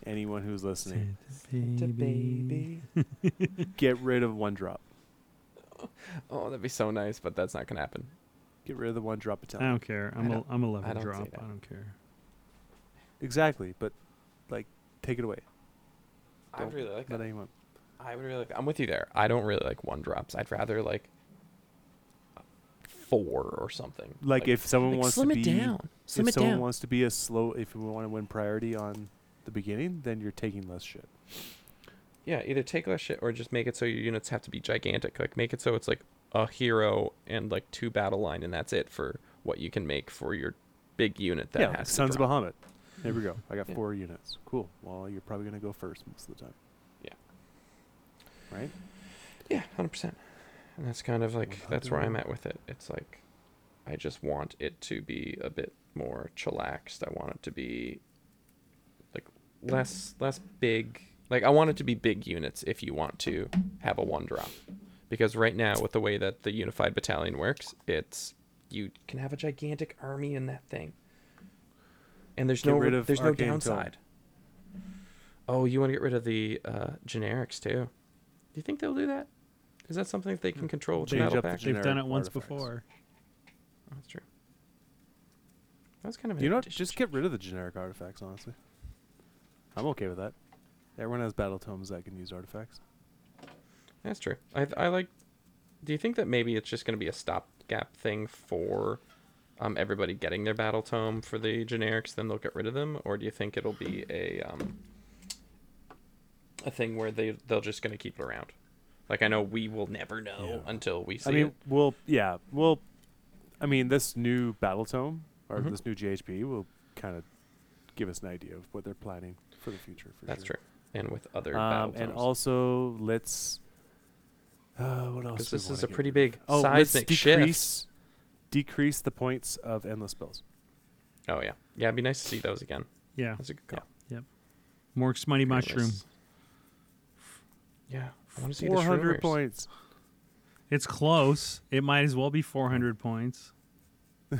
[SPEAKER 2] anyone who's listening, get rid of one drop.
[SPEAKER 1] Oh, that'd be so nice, but that's not gonna happen.
[SPEAKER 2] Get rid of the one drop
[SPEAKER 3] I
[SPEAKER 2] battalion.
[SPEAKER 3] don't care. I'm
[SPEAKER 1] I
[SPEAKER 3] a
[SPEAKER 1] don't-
[SPEAKER 3] I'm a
[SPEAKER 1] I
[SPEAKER 3] level
[SPEAKER 1] don't say
[SPEAKER 3] drop.
[SPEAKER 1] that.
[SPEAKER 3] I don't care.
[SPEAKER 2] Exactly, but like, take it away.
[SPEAKER 1] I would
[SPEAKER 2] Don't
[SPEAKER 1] really like
[SPEAKER 2] Not
[SPEAKER 1] that.
[SPEAKER 2] anyone.
[SPEAKER 1] I would really like that. I'm with you there. I don't really like one drops. I'd rather like four or something.
[SPEAKER 2] Like, if someone
[SPEAKER 1] like,
[SPEAKER 2] wants
[SPEAKER 1] slim
[SPEAKER 2] to
[SPEAKER 1] it
[SPEAKER 2] be,
[SPEAKER 1] down. Slim
[SPEAKER 2] if
[SPEAKER 1] it
[SPEAKER 2] someone
[SPEAKER 1] down.
[SPEAKER 2] wants to be a slow, if you want to win priority on the beginning, then you're taking less shit.
[SPEAKER 1] yeah, either take less shit or just make it so your units have to be gigantic. Like make it so it's like a hero and like two battle line and that's it for what you can make for your big unit that
[SPEAKER 2] yeah, like
[SPEAKER 1] has
[SPEAKER 2] Sons
[SPEAKER 1] to
[SPEAKER 2] of
[SPEAKER 1] drop.
[SPEAKER 2] Bahamut. There we go. I got
[SPEAKER 1] Yeah.
[SPEAKER 2] four units. Cool. Well, you're probably gonna go first most of the time.
[SPEAKER 1] Yeah.
[SPEAKER 2] Right.
[SPEAKER 1] Yeah, hundred percent. And that's kind of like
[SPEAKER 2] Well,
[SPEAKER 1] that's
[SPEAKER 2] that'd
[SPEAKER 1] where
[SPEAKER 2] be
[SPEAKER 1] I'm
[SPEAKER 2] nice.
[SPEAKER 1] at with it. It's like I just want it to be a bit more chillaxed. I want it to be like less less big. Like I want it to be big units if you want to have a one drop. Because right now with the way that the unified battalion works, it's you can have a gigantic army in that thing. And there's
[SPEAKER 2] Get
[SPEAKER 1] no
[SPEAKER 2] rid of
[SPEAKER 1] there's no
[SPEAKER 2] Arcane Tome.
[SPEAKER 1] downside. Oh, you want to get rid of the uh, generics too. Do you think they'll do that? Is that something that they can control with the
[SPEAKER 2] Change
[SPEAKER 1] battle
[SPEAKER 2] up the
[SPEAKER 1] pack?
[SPEAKER 2] gen-
[SPEAKER 3] They've done
[SPEAKER 2] generic
[SPEAKER 3] it once
[SPEAKER 2] artifacts.
[SPEAKER 3] before.
[SPEAKER 1] Oh, that's true. That was kind of an
[SPEAKER 2] You know, what?
[SPEAKER 1] addition.
[SPEAKER 2] just get rid of the generic artifacts. Honestly, I'm okay with that. Everyone has battle tomes that can use artifacts.
[SPEAKER 1] That's true. I I like. Do you think that maybe it's just going to be a stopgap thing for um, everybody getting their battle tome for the generics, then they'll get rid of them, or do you think it'll be a um, a thing where they they're just going to keep it around? Like I know we will never know
[SPEAKER 2] Yeah.
[SPEAKER 1] until we see
[SPEAKER 2] I mean,
[SPEAKER 1] it.
[SPEAKER 2] we'll yeah, we'll. I mean, this new battle tome or
[SPEAKER 1] Mhm.
[SPEAKER 2] this new GHB will kind of give us an idea of what they're planning for the future. For
[SPEAKER 1] That's
[SPEAKER 2] sure.
[SPEAKER 1] true. And with other battle
[SPEAKER 2] Um,
[SPEAKER 1] tomes.
[SPEAKER 2] and also, let's. Uh, what else?
[SPEAKER 1] because
[SPEAKER 2] do we
[SPEAKER 1] this
[SPEAKER 2] wanna
[SPEAKER 1] is a
[SPEAKER 2] get
[SPEAKER 1] pretty
[SPEAKER 2] rid of?
[SPEAKER 1] big
[SPEAKER 2] Oh, let's
[SPEAKER 1] seismic shift.
[SPEAKER 2] decrease decrease the points of endless spells.
[SPEAKER 1] Oh yeah, yeah. It'd be nice to see those again.
[SPEAKER 3] Yeah.
[SPEAKER 1] That's a good call.
[SPEAKER 3] More smutty
[SPEAKER 1] Very
[SPEAKER 3] mushroom.
[SPEAKER 1] nice. Yeah, I want to see the
[SPEAKER 2] Four hundred
[SPEAKER 1] shroomers.
[SPEAKER 2] points.
[SPEAKER 3] It's close. It might as well be 400 points.
[SPEAKER 2] Uh,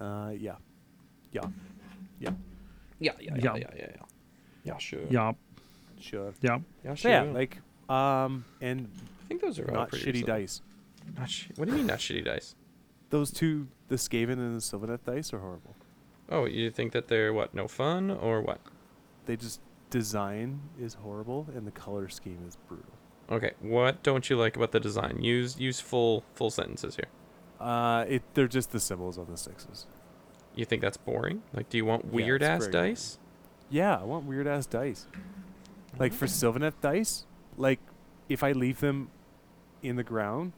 [SPEAKER 2] yeah, yeah,
[SPEAKER 1] Yeah, yeah, yeah,
[SPEAKER 3] Yeah.
[SPEAKER 1] yeah, yeah, yeah. Yeah, sure.
[SPEAKER 3] Yup.
[SPEAKER 2] sure.
[SPEAKER 3] Yup.
[SPEAKER 1] yeah,
[SPEAKER 2] So
[SPEAKER 1] sure.
[SPEAKER 2] yeah, like um, and
[SPEAKER 1] I think those are all
[SPEAKER 2] not
[SPEAKER 1] pretty
[SPEAKER 2] shitty
[SPEAKER 1] reasonable.
[SPEAKER 2] dice.
[SPEAKER 1] Not shi- what do you mean not shitty dice?
[SPEAKER 2] Those two, the Skaven and the Sylvanet dice, are horrible.
[SPEAKER 1] Oh, you think that they're what? No fun or what?
[SPEAKER 2] They just design is horrible, and the color scheme is brutal.
[SPEAKER 1] Okay, what don't you like about the design? Use use full full sentences here.
[SPEAKER 2] Uh, it they're just the symbols on the sixes.
[SPEAKER 1] You think that's boring? Like, do you want
[SPEAKER 2] Yeah,
[SPEAKER 1] weird
[SPEAKER 2] it's
[SPEAKER 1] ass
[SPEAKER 2] very boring.
[SPEAKER 1] dice?
[SPEAKER 2] Yeah, I want weird ass dice. Like for Sylvanet dice, like if I leave them in the ground,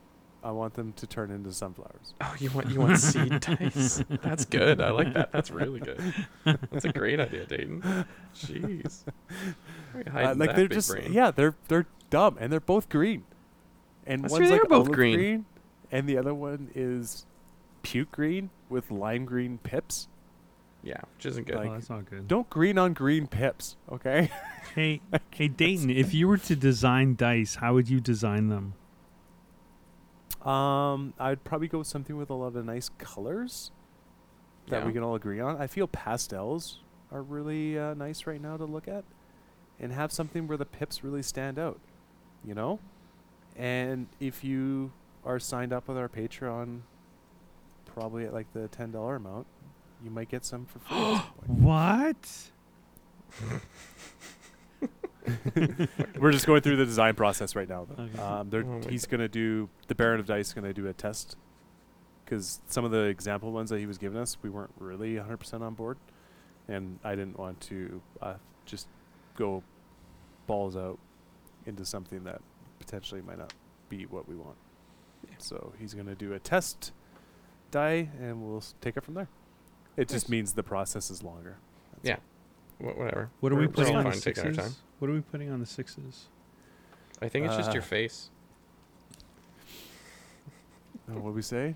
[SPEAKER 2] I want them to turn into sunflowers.
[SPEAKER 1] Oh, you want you want seed dice? That's good. I like that. That's really good. That's a great idea, Dayton. Jeez. Where you
[SPEAKER 2] Uh,
[SPEAKER 1] hiding
[SPEAKER 2] like
[SPEAKER 1] that
[SPEAKER 2] they're
[SPEAKER 1] big
[SPEAKER 2] just
[SPEAKER 1] brain?
[SPEAKER 2] yeah, they're they're dumb and they're both green. And
[SPEAKER 1] That's
[SPEAKER 2] one's
[SPEAKER 1] true, they
[SPEAKER 2] like
[SPEAKER 1] are both
[SPEAKER 2] olive
[SPEAKER 1] green.
[SPEAKER 2] and the other one is puke green with lime green pips.
[SPEAKER 1] yeah, which isn't good.
[SPEAKER 2] Like-
[SPEAKER 3] oh, that's not good.
[SPEAKER 2] Don't green on green pips, okay?
[SPEAKER 3] Hey, hey, Dayton. If you were to design dice, how would you design them?
[SPEAKER 2] um, I'd probably go with something with a lot of nice colors that
[SPEAKER 1] yeah.
[SPEAKER 2] we can all agree on. I feel pastels are really uh, nice right now to look at, and have something where the pips really stand out, you know. And if you are signed up with our Patreon, probably at like the ten dollar amount, you might get some for free. at some point.
[SPEAKER 3] What?
[SPEAKER 2] We're just going through the design process right now. Though.
[SPEAKER 3] Okay.
[SPEAKER 2] Um, they're,
[SPEAKER 1] Oh my
[SPEAKER 2] he's going to do the Baron of Dice. Going to do a test because some of the example ones that he was giving us, we weren't really 100 percent on board. and I didn't want to uh, just go balls out into something that potentially might not be what we want. So he's going to do a test die, and we'll s- take it from there. It just means the process is longer.
[SPEAKER 1] Yeah. Wha- whatever.
[SPEAKER 3] What are
[SPEAKER 1] We're-
[SPEAKER 3] we
[SPEAKER 1] we're
[SPEAKER 3] putting
[SPEAKER 1] all
[SPEAKER 3] on the
[SPEAKER 1] fine taking our time.
[SPEAKER 3] sixes? What are we putting on the sixes?
[SPEAKER 1] I think it's just your
[SPEAKER 2] Uh,
[SPEAKER 1] face.
[SPEAKER 2] And what we say?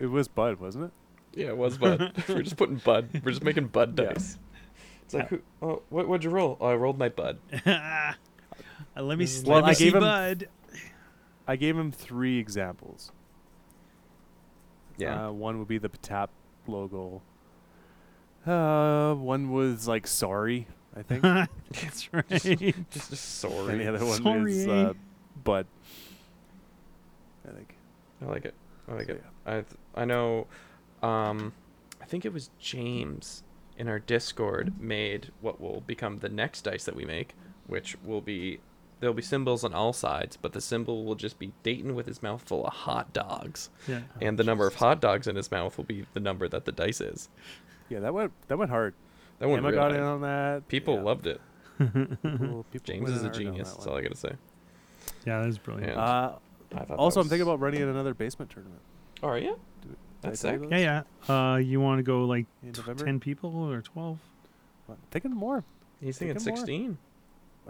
[SPEAKER 2] It was Bud, wasn't it?
[SPEAKER 1] Yeah, it was Bud. we're just putting Bud. We're just making Bud
[SPEAKER 2] Yeah.
[SPEAKER 1] dice. It's like, who, oh, what, what'd you roll? Oh, I rolled my Bud.
[SPEAKER 3] Uh, let me. s-
[SPEAKER 2] Well,
[SPEAKER 3] let me
[SPEAKER 2] I gave
[SPEAKER 3] see
[SPEAKER 2] him-
[SPEAKER 3] Bud.
[SPEAKER 2] I gave him three examples.
[SPEAKER 1] Yeah.
[SPEAKER 2] Uh, one would be the Patap logo. Uh, one was like sorry, I think.
[SPEAKER 3] That's right.
[SPEAKER 1] just, just
[SPEAKER 2] and
[SPEAKER 1] sorry.
[SPEAKER 2] the other one is
[SPEAKER 3] Sorry.
[SPEAKER 2] uh, Bud. I think.
[SPEAKER 1] I like it. I like
[SPEAKER 2] So,
[SPEAKER 1] it. I th- I know. Um, I think it was James in our Discord made what will become the next dice that we make, which will be there'll be symbols on all sides, but the symbol will just be Dayton with his mouth full of hot dogs,
[SPEAKER 3] yeah.
[SPEAKER 1] and the number of hot dogs in his mouth will be the number that the dice is.
[SPEAKER 2] Yeah, that went that went hard.
[SPEAKER 1] That one
[SPEAKER 2] Emma
[SPEAKER 1] real
[SPEAKER 2] got
[SPEAKER 1] hard.
[SPEAKER 2] in on that.
[SPEAKER 1] People
[SPEAKER 2] yeah.
[SPEAKER 1] loved it.
[SPEAKER 2] People- people
[SPEAKER 1] James
[SPEAKER 2] went
[SPEAKER 1] is a
[SPEAKER 2] hard on
[SPEAKER 1] genius.
[SPEAKER 2] that
[SPEAKER 1] That's all I gotta say.
[SPEAKER 3] Yeah, that's brilliant.
[SPEAKER 1] Yeah.
[SPEAKER 2] one. Uh,
[SPEAKER 1] I thought that
[SPEAKER 2] also, I'm thinking
[SPEAKER 1] was-
[SPEAKER 2] about running in another basement tournament.
[SPEAKER 1] Oh, are you?
[SPEAKER 2] Did I
[SPEAKER 1] That's
[SPEAKER 2] tell you
[SPEAKER 1] sick.
[SPEAKER 2] those?
[SPEAKER 3] Yeah, yeah. Uh, you want to go like
[SPEAKER 2] In
[SPEAKER 3] tw-
[SPEAKER 2] November?
[SPEAKER 3] ten people or twelve?
[SPEAKER 2] I'm thinking more.
[SPEAKER 1] He's
[SPEAKER 2] Think
[SPEAKER 1] thinking
[SPEAKER 2] of more.
[SPEAKER 1] 16.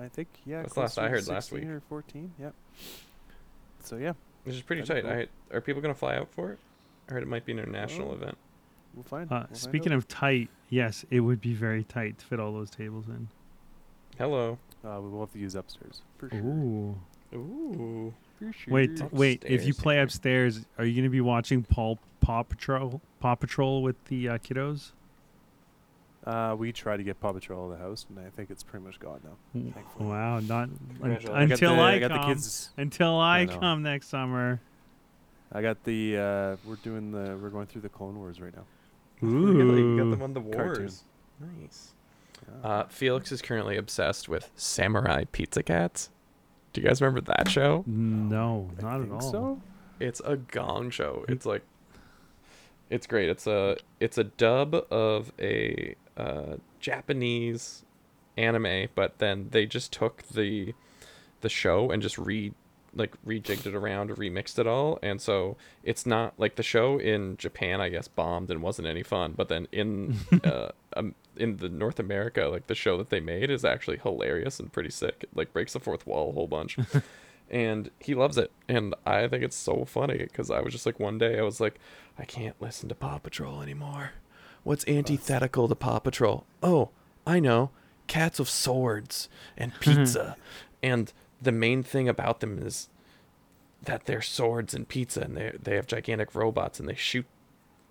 [SPEAKER 2] I think yeah.
[SPEAKER 1] That's last
[SPEAKER 2] closer
[SPEAKER 1] I
[SPEAKER 2] to
[SPEAKER 1] heard last
[SPEAKER 2] 16
[SPEAKER 1] week.
[SPEAKER 2] Or 14. Yep. So yeah,
[SPEAKER 1] Which is pretty
[SPEAKER 2] That'd
[SPEAKER 1] tight.
[SPEAKER 2] be
[SPEAKER 1] I, are people gonna fly out for it? I heard it might be an international
[SPEAKER 2] Oh.
[SPEAKER 1] event.
[SPEAKER 2] we'll find.
[SPEAKER 3] Uh, speaking of tight, yes, it would be very tight to fit all those tables in.
[SPEAKER 1] Hello.
[SPEAKER 2] of, uh, we will have to use upstairs. For
[SPEAKER 3] Ooh.
[SPEAKER 1] Ooh.
[SPEAKER 2] sure. For
[SPEAKER 3] Wait,
[SPEAKER 2] sure.
[SPEAKER 3] wait. If you
[SPEAKER 1] Upstairs,
[SPEAKER 3] play
[SPEAKER 1] yeah.
[SPEAKER 3] upstairs, are you going to be watching Paul Paw Patrol? Paw Patrol with the uh, kiddos.
[SPEAKER 2] Uh, we tried to get Paw Patrol out of the house, and I think it's pretty much gone now.
[SPEAKER 3] W-
[SPEAKER 2] Thankfully.
[SPEAKER 3] Wow, not un-
[SPEAKER 1] Congratulations. I got
[SPEAKER 3] until
[SPEAKER 2] got the,
[SPEAKER 3] I,
[SPEAKER 2] got
[SPEAKER 3] come.
[SPEAKER 2] the kids.
[SPEAKER 3] Until I,
[SPEAKER 2] I know.
[SPEAKER 3] come next summer.
[SPEAKER 2] I got the. Uh, we're doing the. We're going through the Clone Wars right now.
[SPEAKER 1] Ooh. You got
[SPEAKER 3] Ooh.
[SPEAKER 1] them on the
[SPEAKER 2] Cartoon.
[SPEAKER 1] wars. Nice.
[SPEAKER 2] Yeah.
[SPEAKER 1] Uh, Felix is currently obsessed with Samurai Pizza Cats. Do you guys remember that show?
[SPEAKER 3] No,
[SPEAKER 2] I
[SPEAKER 3] not at
[SPEAKER 2] think
[SPEAKER 3] all.
[SPEAKER 2] So
[SPEAKER 1] It's a gong show. It's like, it's great. It's a it's a dub of a uh, Japanese anime, but then they just took the the show and just re like rejigged it around, remixed it all, and so it's not like the show in Japan, I guess, bombed and wasn't any fun. But then in uh, um, in the North America, like the show that they made is actually hilarious and pretty sick. It, like breaks the fourth wall a whole bunch, and he loves it. And I think it's so funny because I was just like one day I was like, I can't listen to Paw Patrol anymore. What's antithetical to Paw Patrol? Oh, I know, cats with swords and pizza, and the main thing about them is that they're swords and pizza and they they have gigantic robots and they shoot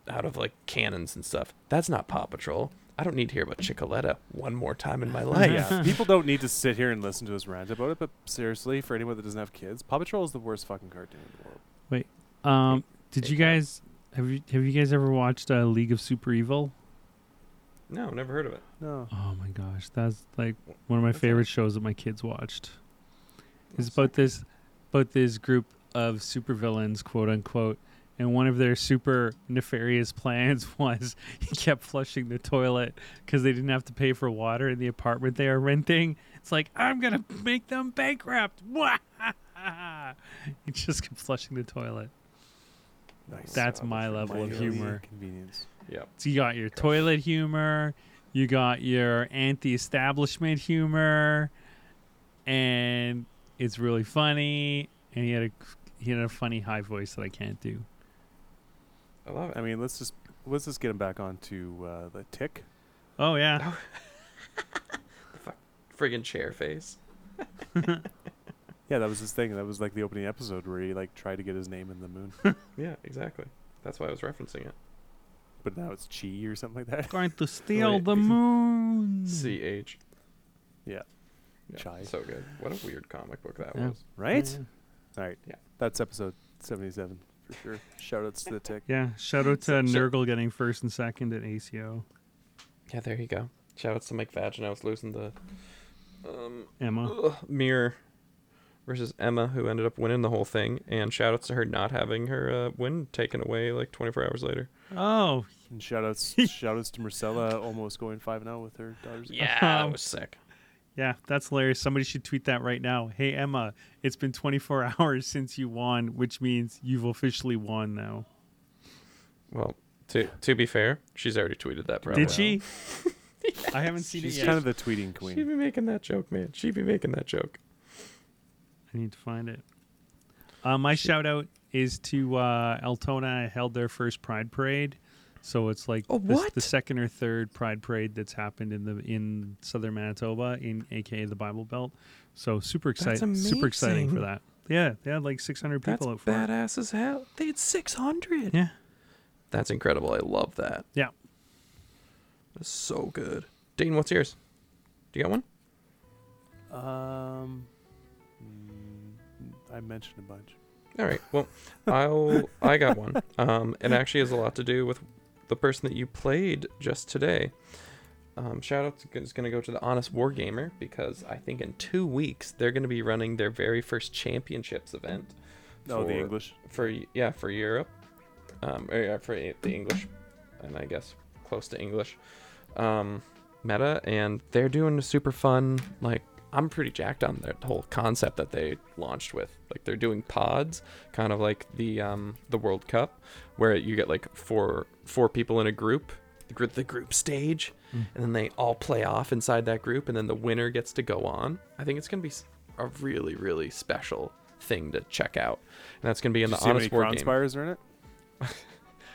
[SPEAKER 1] out of like cannons and stuff. That's not Paw Patrol. I don't need to hear about Chicoletta one more time in my life.
[SPEAKER 2] yeah, people don't need to sit here and listen to us rant about it. But seriously, for anyone that doesn't have kids, Paw Patrol is the worst fucking cartoon in the world.
[SPEAKER 3] Um, did
[SPEAKER 1] Hey,
[SPEAKER 3] you
[SPEAKER 1] Kyle.
[SPEAKER 3] guys have you have you guys ever watched uh, League of Super Evil?
[SPEAKER 1] No, never heard of it.
[SPEAKER 2] No.
[SPEAKER 3] Oh my gosh, that's like one of my
[SPEAKER 1] What's that?
[SPEAKER 3] favorite shows that my kids watched. It's about this about this group of supervillains, quote unquote, and one of their super nefarious plans was he kept flushing the toilet because they didn't have to pay for water in the apartment they are renting. It's like I'm gonna make them bankrupt. he just kept flushing the toilet.
[SPEAKER 2] Nice.
[SPEAKER 3] That's
[SPEAKER 1] that was
[SPEAKER 3] my
[SPEAKER 1] from
[SPEAKER 3] level of
[SPEAKER 1] my
[SPEAKER 3] humor.
[SPEAKER 2] Convenience.
[SPEAKER 1] Yep.
[SPEAKER 3] So you got your toilet humor, you got your anti-establishment humor, and it's really funny. And he had a he had a funny high voice that I can't do.
[SPEAKER 1] I love
[SPEAKER 2] I
[SPEAKER 1] it.
[SPEAKER 2] mean, let's just let's just get him back on to uh, the tick.
[SPEAKER 3] Oh yeah,
[SPEAKER 1] Friggin' chair face.
[SPEAKER 2] Yeah, that was his thing. That was like the opening episode where he like tried to get his name in the moon,
[SPEAKER 1] Yeah, exactly. That's why I was referencing it.
[SPEAKER 2] but now it's Chi or something like that.
[SPEAKER 3] going to steal
[SPEAKER 1] Wait.
[SPEAKER 3] the moon.
[SPEAKER 1] C H.
[SPEAKER 2] Yeah.
[SPEAKER 1] Yeah,
[SPEAKER 2] Chai.
[SPEAKER 1] So good. What a weird comic book that
[SPEAKER 3] Yeah.
[SPEAKER 1] was.
[SPEAKER 2] Right?
[SPEAKER 3] Yeah.
[SPEAKER 2] All right.
[SPEAKER 1] Yeah.
[SPEAKER 2] That's episode seventy-seven for sure. Shout outs to the tick.
[SPEAKER 3] Yeah, shout out to
[SPEAKER 1] So- so-
[SPEAKER 3] Nurgle getting first and second at ACO.
[SPEAKER 1] Yeah, there you go. Shout out to Mike Vagin. I was losing the um
[SPEAKER 3] Emma,
[SPEAKER 1] ugh, mirror versus Emma, who ended up winning the whole thing. And shoutouts to her not having her uh, win taken away like 24 hours later.
[SPEAKER 3] Oh,
[SPEAKER 2] And shoutouts, shoutouts to Marcella almost going five and zero with her daughters.
[SPEAKER 1] Yeah, that was sick.
[SPEAKER 3] yeah, that's hilarious. Somebody should tweet that right now. Hey Emma, it's been 24 hours since you won, which means you've officially won now.
[SPEAKER 1] Well, to to be fair, she's already tweeted that. Probably.
[SPEAKER 3] Did she? I haven't seen
[SPEAKER 2] She's
[SPEAKER 3] it yet.
[SPEAKER 2] kind of the tweeting
[SPEAKER 1] She'd
[SPEAKER 2] queen.
[SPEAKER 1] be making that joke, man. She'd be making that joke.
[SPEAKER 3] I need to find it. Uh, my shout out is to uh, Eltona held their first Pride Parade, so it's like
[SPEAKER 1] Oh,
[SPEAKER 3] the,
[SPEAKER 1] what?
[SPEAKER 3] the second or third Pride Parade that's happened in the in southern Manitoba, in aka the Bible Belt. So super excited, super exciting for
[SPEAKER 1] amazing.
[SPEAKER 3] that. Yeah, they had like 600
[SPEAKER 1] That's
[SPEAKER 3] people out for it.
[SPEAKER 1] badass as hell. They had 600.
[SPEAKER 3] Yeah,
[SPEAKER 1] That's incredible. I love that.
[SPEAKER 3] yeah.
[SPEAKER 1] That's so good. Dean, what's yours? Do you got one?
[SPEAKER 2] Um, mm, I mentioned a bunch.
[SPEAKER 1] All right. Well, I'll I got one. Um, it actually has a lot to do with the person that you played just today. Um, shout out to- is going to go to the Honest Wargamer because I think in two weeks they're going to be running their very first championships event.
[SPEAKER 2] No, Oh, the
[SPEAKER 1] for-
[SPEAKER 2] English.
[SPEAKER 1] for yeah for Europe, um, or yeah, for e- the English, and I guess close to English, um, meta, and they're doing a super fun like. I'm pretty jacked on that whole concept that they launched with. Like they're doing pods, kind of like the um, the World Cup, where you get like four four people in a group, the group the group stage, and then they all play off inside that group, and then the winner gets to go on. I think it's gonna be s- a really really special thing to check out, and that's gonna be in
[SPEAKER 2] Did you
[SPEAKER 1] the
[SPEAKER 2] see how many
[SPEAKER 1] Honest War game.
[SPEAKER 2] Kronspires are in it?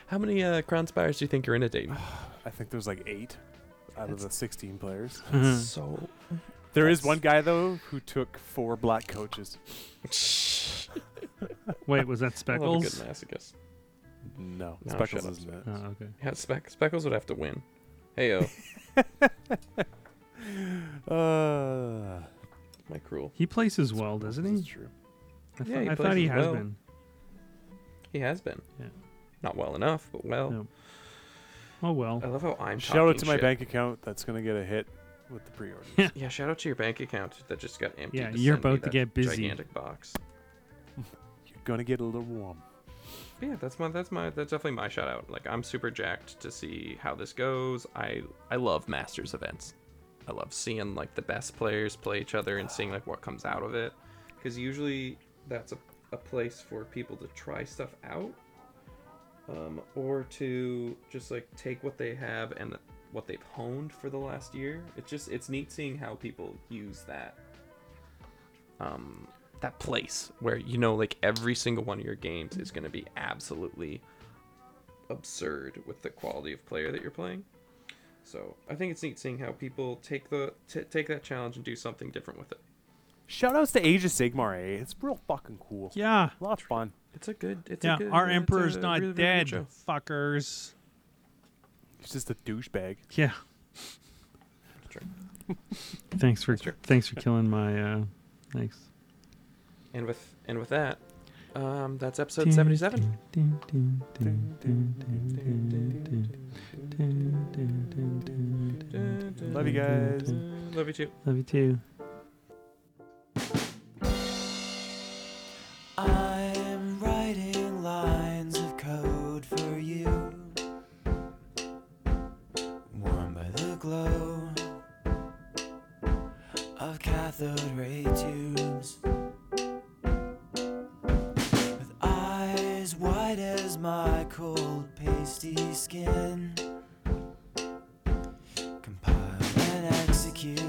[SPEAKER 1] How many uh, crown spires do you think are in a
[SPEAKER 2] Hmm.
[SPEAKER 1] Dayton?
[SPEAKER 2] I think there's like eight out of the 16 players.
[SPEAKER 3] Uh-huh.
[SPEAKER 1] so
[SPEAKER 2] There is
[SPEAKER 1] That's-
[SPEAKER 2] one guy though who took four black coaches.
[SPEAKER 3] Wait, was that
[SPEAKER 1] I love a good
[SPEAKER 3] Speckles?
[SPEAKER 1] masochist.
[SPEAKER 2] No,
[SPEAKER 1] No,
[SPEAKER 2] Speckles
[SPEAKER 1] shut up.
[SPEAKER 2] isn't it?
[SPEAKER 3] Oh, okay.
[SPEAKER 1] Yeah, Speck- Speckles would have to win. Heyo,
[SPEAKER 2] Uh,
[SPEAKER 1] am I cruel?
[SPEAKER 3] He places well, doesn't
[SPEAKER 2] this is
[SPEAKER 3] he?
[SPEAKER 2] true.
[SPEAKER 3] I, thought-
[SPEAKER 1] Yeah, he
[SPEAKER 3] I thought he
[SPEAKER 1] places
[SPEAKER 3] has
[SPEAKER 1] well.
[SPEAKER 3] been.
[SPEAKER 1] He has been.
[SPEAKER 3] Yeah.
[SPEAKER 1] Not well enough, but well.
[SPEAKER 3] No. Oh well.
[SPEAKER 1] I love how I'm
[SPEAKER 2] Shout out
[SPEAKER 1] talking
[SPEAKER 2] to my
[SPEAKER 1] shit.
[SPEAKER 2] bank account that's gonna get a hit with the pre-order.
[SPEAKER 1] Yeah, shout out to your bank account that just got empty.
[SPEAKER 3] Yeah, you're about to
[SPEAKER 1] that
[SPEAKER 3] get busy.
[SPEAKER 1] Gigantic box.
[SPEAKER 2] You're gonna get a little warm.
[SPEAKER 1] But yeah, that's my that's my that's definitely my shout out. Like I'm super jacked to see how this goes. I I love Masters events. I love seeing like the best players play each other and seeing like what comes out of it. Because usually that's a, a place for people to try stuff out, um, or to just like take what they have and what they've honed for the last year. It's just it's neat seeing how people use that um, that place where you know like every single one of your games is going to be absolutely absurd with the quality of player that you're playing. So I think it's neat seeing how people take the t- take that challenge and do something different with it.
[SPEAKER 2] Shout outs to Age of Sigmar, eh? It's real fucking cool.
[SPEAKER 3] yeah.
[SPEAKER 2] A lot of fun.
[SPEAKER 1] It's a good. It's
[SPEAKER 3] Yeah,
[SPEAKER 1] a good,
[SPEAKER 3] our
[SPEAKER 1] it's
[SPEAKER 3] emperor's
[SPEAKER 1] a
[SPEAKER 3] not
[SPEAKER 1] really, really good
[SPEAKER 3] dead,
[SPEAKER 1] show.
[SPEAKER 3] fuckers.
[SPEAKER 2] He's just a douchebag.
[SPEAKER 3] Yeah.
[SPEAKER 1] That's true.
[SPEAKER 3] Thanks for
[SPEAKER 1] That's true.
[SPEAKER 3] thanks for killing my uh thanks.
[SPEAKER 1] And with and with that, um, that's episode seventy-seven.
[SPEAKER 2] Love you guys.
[SPEAKER 1] Love you too.
[SPEAKER 3] Love you too.
[SPEAKER 6] I'm writing lines of code for you, warmed by the glow of cathode ray tubes, with eyes white as my cold, pasty skin. Compile and execute.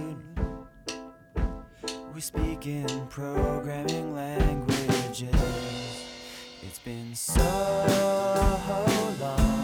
[SPEAKER 6] We speak in programming languages. It's been so long.